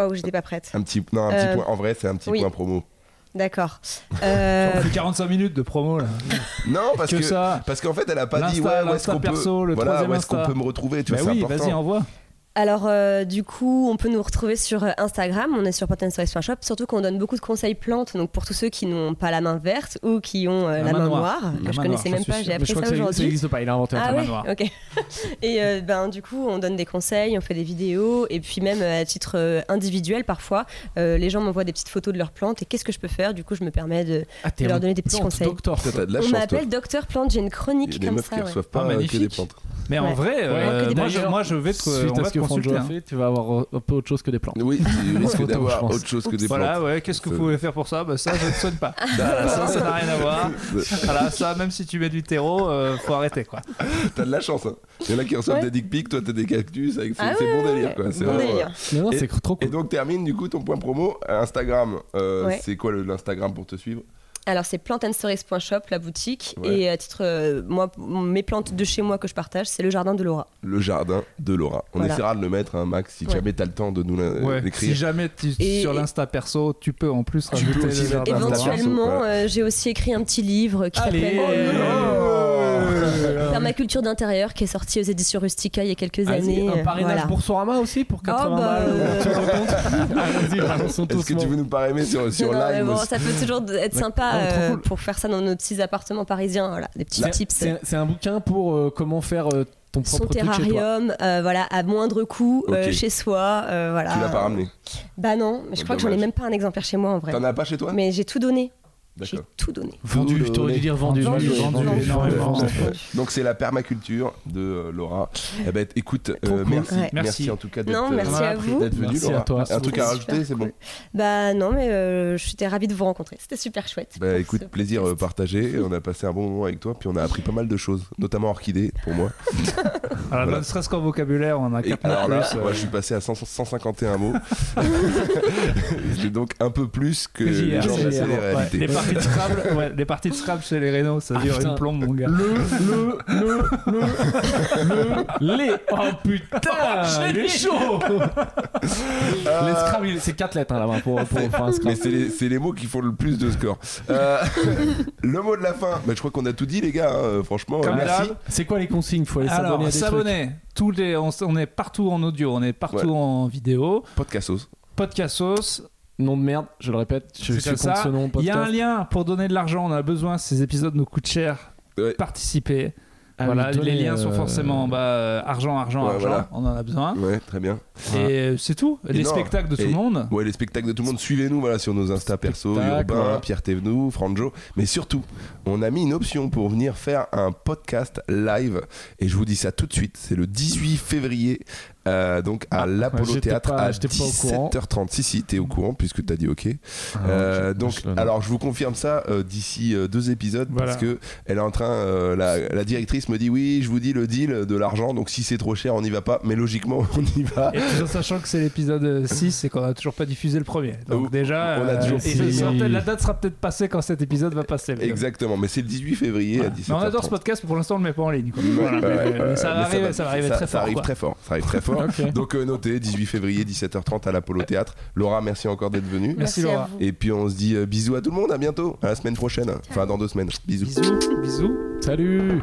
D: Oh, j'étais pas prête.
A: Un petit, non, un petit
D: Euh,
A: point. En vrai, c'est un petit
D: oui.
A: point promo.
D: D'accord. Euh,
C: On fait 45 minutes de promo là.
A: Non, parce
C: que,
A: que,
C: ça.
A: parce qu'en fait, elle a pas dit
C: L'insta,
A: ouais, où est-ce
C: l'insta
A: qu'on
C: perso,
A: peut,
C: le
A: voilà,
C: troisième
A: où est-ce qu'on
C: Insta.
A: peut me retrouver Tu
C: Bah
A: vois,
C: oui,
A: c'est
C: vas-y
A: important.
C: envoie.
D: Alors, euh, du coup, on peut nous retrouver sur euh, Instagram. On est sur Shop. Surtout qu'on donne beaucoup de conseils plantes. Donc, pour tous ceux qui n'ont pas la main verte ou qui ont
C: La
D: euh, la,
C: main
D: main
C: noire.
D: noire,
C: La
D: que
C: main
D: je
C: noire,
D: connaissais
C: j'en
D: même
C: suis
D: pas,
C: sûr.
D: j'ai
B: Mais je
D: appris
B: crois
D: ça
B: que ça- ça
D: aujourd'hui.
B: n'existe pas, il a inventé un
D: Ah
B: truc.
C: main
D: ouais,
C: noire.
D: ok. [laughs] et euh, ben du coup, on donne des conseils, on fait des vidéos, et puis même euh, à titre euh, individuel parfois, euh, les gens m'envoient des petites photos de leurs plantes et qu'est-ce que je peux faire Du coup, je me permets de,
B: Ah, t'es
D: de leur
B: un
D: donner des petits
B: plante
D: conseils.
B: doctor.
A: Toi, t'as de la
D: On
A: chance. toi.
D: m'appelle Docteur Plante, j'ai une
A: Il y a
D: chronique
A: des
D: comme
A: meufs
D: ça.
A: qui
D: ouais.
A: reçoivent pas
C: hein. Ah,
A: euh, que
C: magnifique.
A: des plantes.
C: Mais en
D: Ouais.
C: vrai, euh,
D: Ouais, que des
C: moi, je,
B: D'ailleurs,
C: moi, je vais te,
B: Suite
C: on
B: à
C: va
B: ce
C: te
B: que Franjo
C: consulter.
B: a
C: hein.
B: fait, tu vas avoir euh, un peu autre chose que des plantes.
A: Oui, [laughs] tu risques
B: Photo, je
A: d'avoir
B: pense.
A: autre chose que des Ah,
C: Voilà, ouais, qu'est-ce que vous
A: Euh.
C: pouvez faire pour ça bah, Ça, je ne sonne pas. ça, ça n'a rien à voir.
A: plantes.
C: Voilà, ça, même si tu mets du terreau, euh, faut arrêter quoi.
A: T'as de la chance. Hein. Il y en a qui reçoivent
D: Ouais.
A: des dick pics, toi t'as des cactus. avec- C'est
D: Ah
A: c'est
D: ouais,
A: bon
D: ouais,
A: délire
D: ouais.
A: quoi. c'est
D: Bon
A: vraiment-
D: délire.
B: Mais non, c'est cr- trop
A: Et
B: cool.
A: donc termine du coup ton point promo Instagram. Euh,
D: Ouais.
A: C'est quoi le- l'Instagram pour te suivre
D: Alors c'est plantandstories.shop, la boutique.
A: Ouais.
D: Et à titre, euh, moi, mes plantes de chez moi que je partage, c'est le jardin de Laura.
A: Le jardin de Laura. On
D: Voilà.
A: essaiera de le mettre, hein, Max, si
D: Ouais.
A: jamais t'as le temps de nous la-
C: si
A: Euh, l'écrire.
C: jamais tu,
D: Et-
C: sur l'Insta perso, tu peux en plus rajouter
A: peux aussi
C: les
A: mettre
C: jardins de
A: Insta perso.
D: Éventuellement,
A: voilà.
D: euh, j'ai aussi écrit un petit livre qui
B: Allez.
D: s'appelle euh,
A: Oh.
D: Permaculture d'intérieur, qui est sorti aux éditions Rustica il y a quelques
B: Vas-y,
D: années.
B: Un
D: euh,
B: parrainage
D: voilà. [laughs]
B: Boursorama aussi pour 80
D: bah,
B: balles
D: euh,
B: sur le
D: [laughs]
B: compte. Allons-y, balançons
A: Est-ce
B: tous.
A: que tu veux nous parramer sur, sur
D: Non, non, mais
A: Lime
D: bon,
A: aussi Ah,
D: ça peut toujours être sympa
B: Ouais, trop
D: euh,
B: cool.
D: pour faire ça dans nos petits appartements parisiens. Voilà, des petits
B: C'est-
D: tips.
B: c'est- C'est un bouquin pour euh, comment faire euh, ton
D: Son
B: propre truc chez toi.
D: terrarium, euh, voilà, à moindre coût, euh,
A: Ok.
D: chez soi, euh, voilà.
A: Tu l'as pas ramené. Oh,
D: Bah non, mais je crois que j'en ai
A: Dommage.
D: même pas un exemplaire chez moi en vrai.
A: T'en as pas chez toi
D: Mais j'ai tout donné. J'ai
A: D'accord.
D: tout donné.
A: Vendu,
B: Vendu, t'aurais dû dire vendu.
C: Vendu,
B: Moi, je-
C: vendu,
B: vendu,
C: énormément.
B: vendu.
A: Donc Oh, c'est la permaculture de euh, Laura. Eh ben écoute,
C: Trop
A: euh,
C: cool.
A: merci,
D: Ouais.
A: merci en tout cas d'être
D: Non, merci
A: euh,
C: on a
D: à
C: appris.
D: vous.
A: d'être venue,
B: Merci
A: Laura.
B: à toi.
A: Un truc à
D: Super
A: rajouter, c'est bon.
D: cool. Bah non, mais euh, j'étais ravie de vous rencontrer. C'était super chouette.
A: Bah
D: pour
A: écoute,
D: ce
A: plaisir euh,
D: podcast.
A: partagé. On a passé un bon moment avec toi, puis on a appris pas mal de choses, notamment orchidées pour moi.
C: Alors,
A: Voilà.
C: ne serait-ce qu'en vocabulaire, on en a
A: Et
C: 4 mots
A: alors là,
C: plus.
A: moi je suis passé à 100 151 mots. J'ai donc un peu plus que
C: Que
A: les
C: JR,
A: gens
C: c'est
A: passés
C: JR,
A: les
C: ouais.
A: réalités.
C: Les parties
A: [laughs]
C: de Scrabble, ouais, les parties de Scrabble chez les Renault, ça
B: Ah,
C: dure
B: putain.
C: une plombe, mon gars.
B: Le, le, le, le, le, les. Oh putain, il est chaud. Les Scrabble, c'est 4 lettres hein, là-bas pour, pour, pour un
A: Euh, Mais
B: Scrabble.
A: c'est les, c'est les mots qui font le plus de score. Euh, [laughs] le mot de la fin, bah, je crois qu'on a tout dit les gars, hein, franchement.
C: Comme
A: merci.
C: d'hab.
B: C'est quoi les consignes Faut aller s'abonner à
C: Alors,
B: des trucs.
C: s'abonner. Tous les, on, s- on est partout en audio, on est partout
A: Ouais.
C: en vidéo.
A: Podcastos.
C: Podcastos.
B: Nom de merde, je le répète, je
C: C'est
B: suis
C: comme
B: contre
C: ça.
B: ce nom
C: Il y a un
B: podcast.
C: lien pour donner de l'argent, on a besoin. Ces épisodes nous coûtent cher.
A: Ouais.
C: Participez.
B: Ah oui,
C: voilà,
B: donnez,
C: les liens sont
B: euh,
C: forcément bah, euh, argent, argent,
A: Ouais,
C: argent.
A: voilà.
C: On en a besoin.
B: Hein
A: Ouais, très bien.
C: Et euh, c'est tout.
A: Et
C: les
A: non.
C: spectacles de tout
A: Et-
C: le monde.
A: Ouais, les spectacles de tout le monde, suivez-nous voilà, sur nos Insta perso, Urbain,
B: Spectacle, voilà.
A: Pierre Thévenoud, Franjo. Mais surtout, on a mis une option pour venir faire un podcast live. Et je vous dis ça tout de suite, c'est le 18 février, euh, donc à
B: Ah,
A: l'Apollo
B: j'étais
A: Théâtre
B: pas-
A: à
B: j'étais pas au courant. Mm.
A: 17h30. Si, si, t'es au courant puisque t'as dit OK.
B: Ah,
A: Euh,
B: je-
A: donc,
B: je le note.
A: alors je vous confirme ça euh, d'ici euh, deux épisodes
C: Voilà.
A: parce que elle est en train, euh, la, la directrice me dit oui, je vous dis le deal de l'argent, donc si c'est trop cher, on n'y va pas, mais logiquement, [laughs] on y va.
C: Et tout en sachant que c'est l'épisode 6 et qu'on a toujours pas diffusé le premier.
A: Oh,
C: Donc déjà, euh,
A: on a toujours-
C: et ce
B: Si.
C: sera peut-être- la date sera peut-être passée quand cet épisode va passer. les gars.
A: Exactement, mais c'est le 18 février
C: Voilà.
A: à 17h30.
C: Mais on adore ce podcast, mais pour l'instant on le met pas en ligne. quoi. Voilà.
A: Ouais, ouais,
C: Mais
A: ouais,
C: ça, va
A: mais
C: arriver, ça va arriver très
A: Ça
C: fort.
A: arrive
C: quoi.
A: très fort. Ça arrive très
C: [laughs]
A: fort.
B: Ok.
A: Donc euh, notez, 18 février, 17h30 à l'Apollo Théâtre. Laura, merci encore d'être venue.
C: Merci,
D: Merci à
C: Laura.
D: vous.
A: Et puis on se dit euh, bisous à tout le monde, à bientôt, à la semaine prochaine, enfin dans deux semaines. Bisous.
C: Bisous, bisous.
B: Salut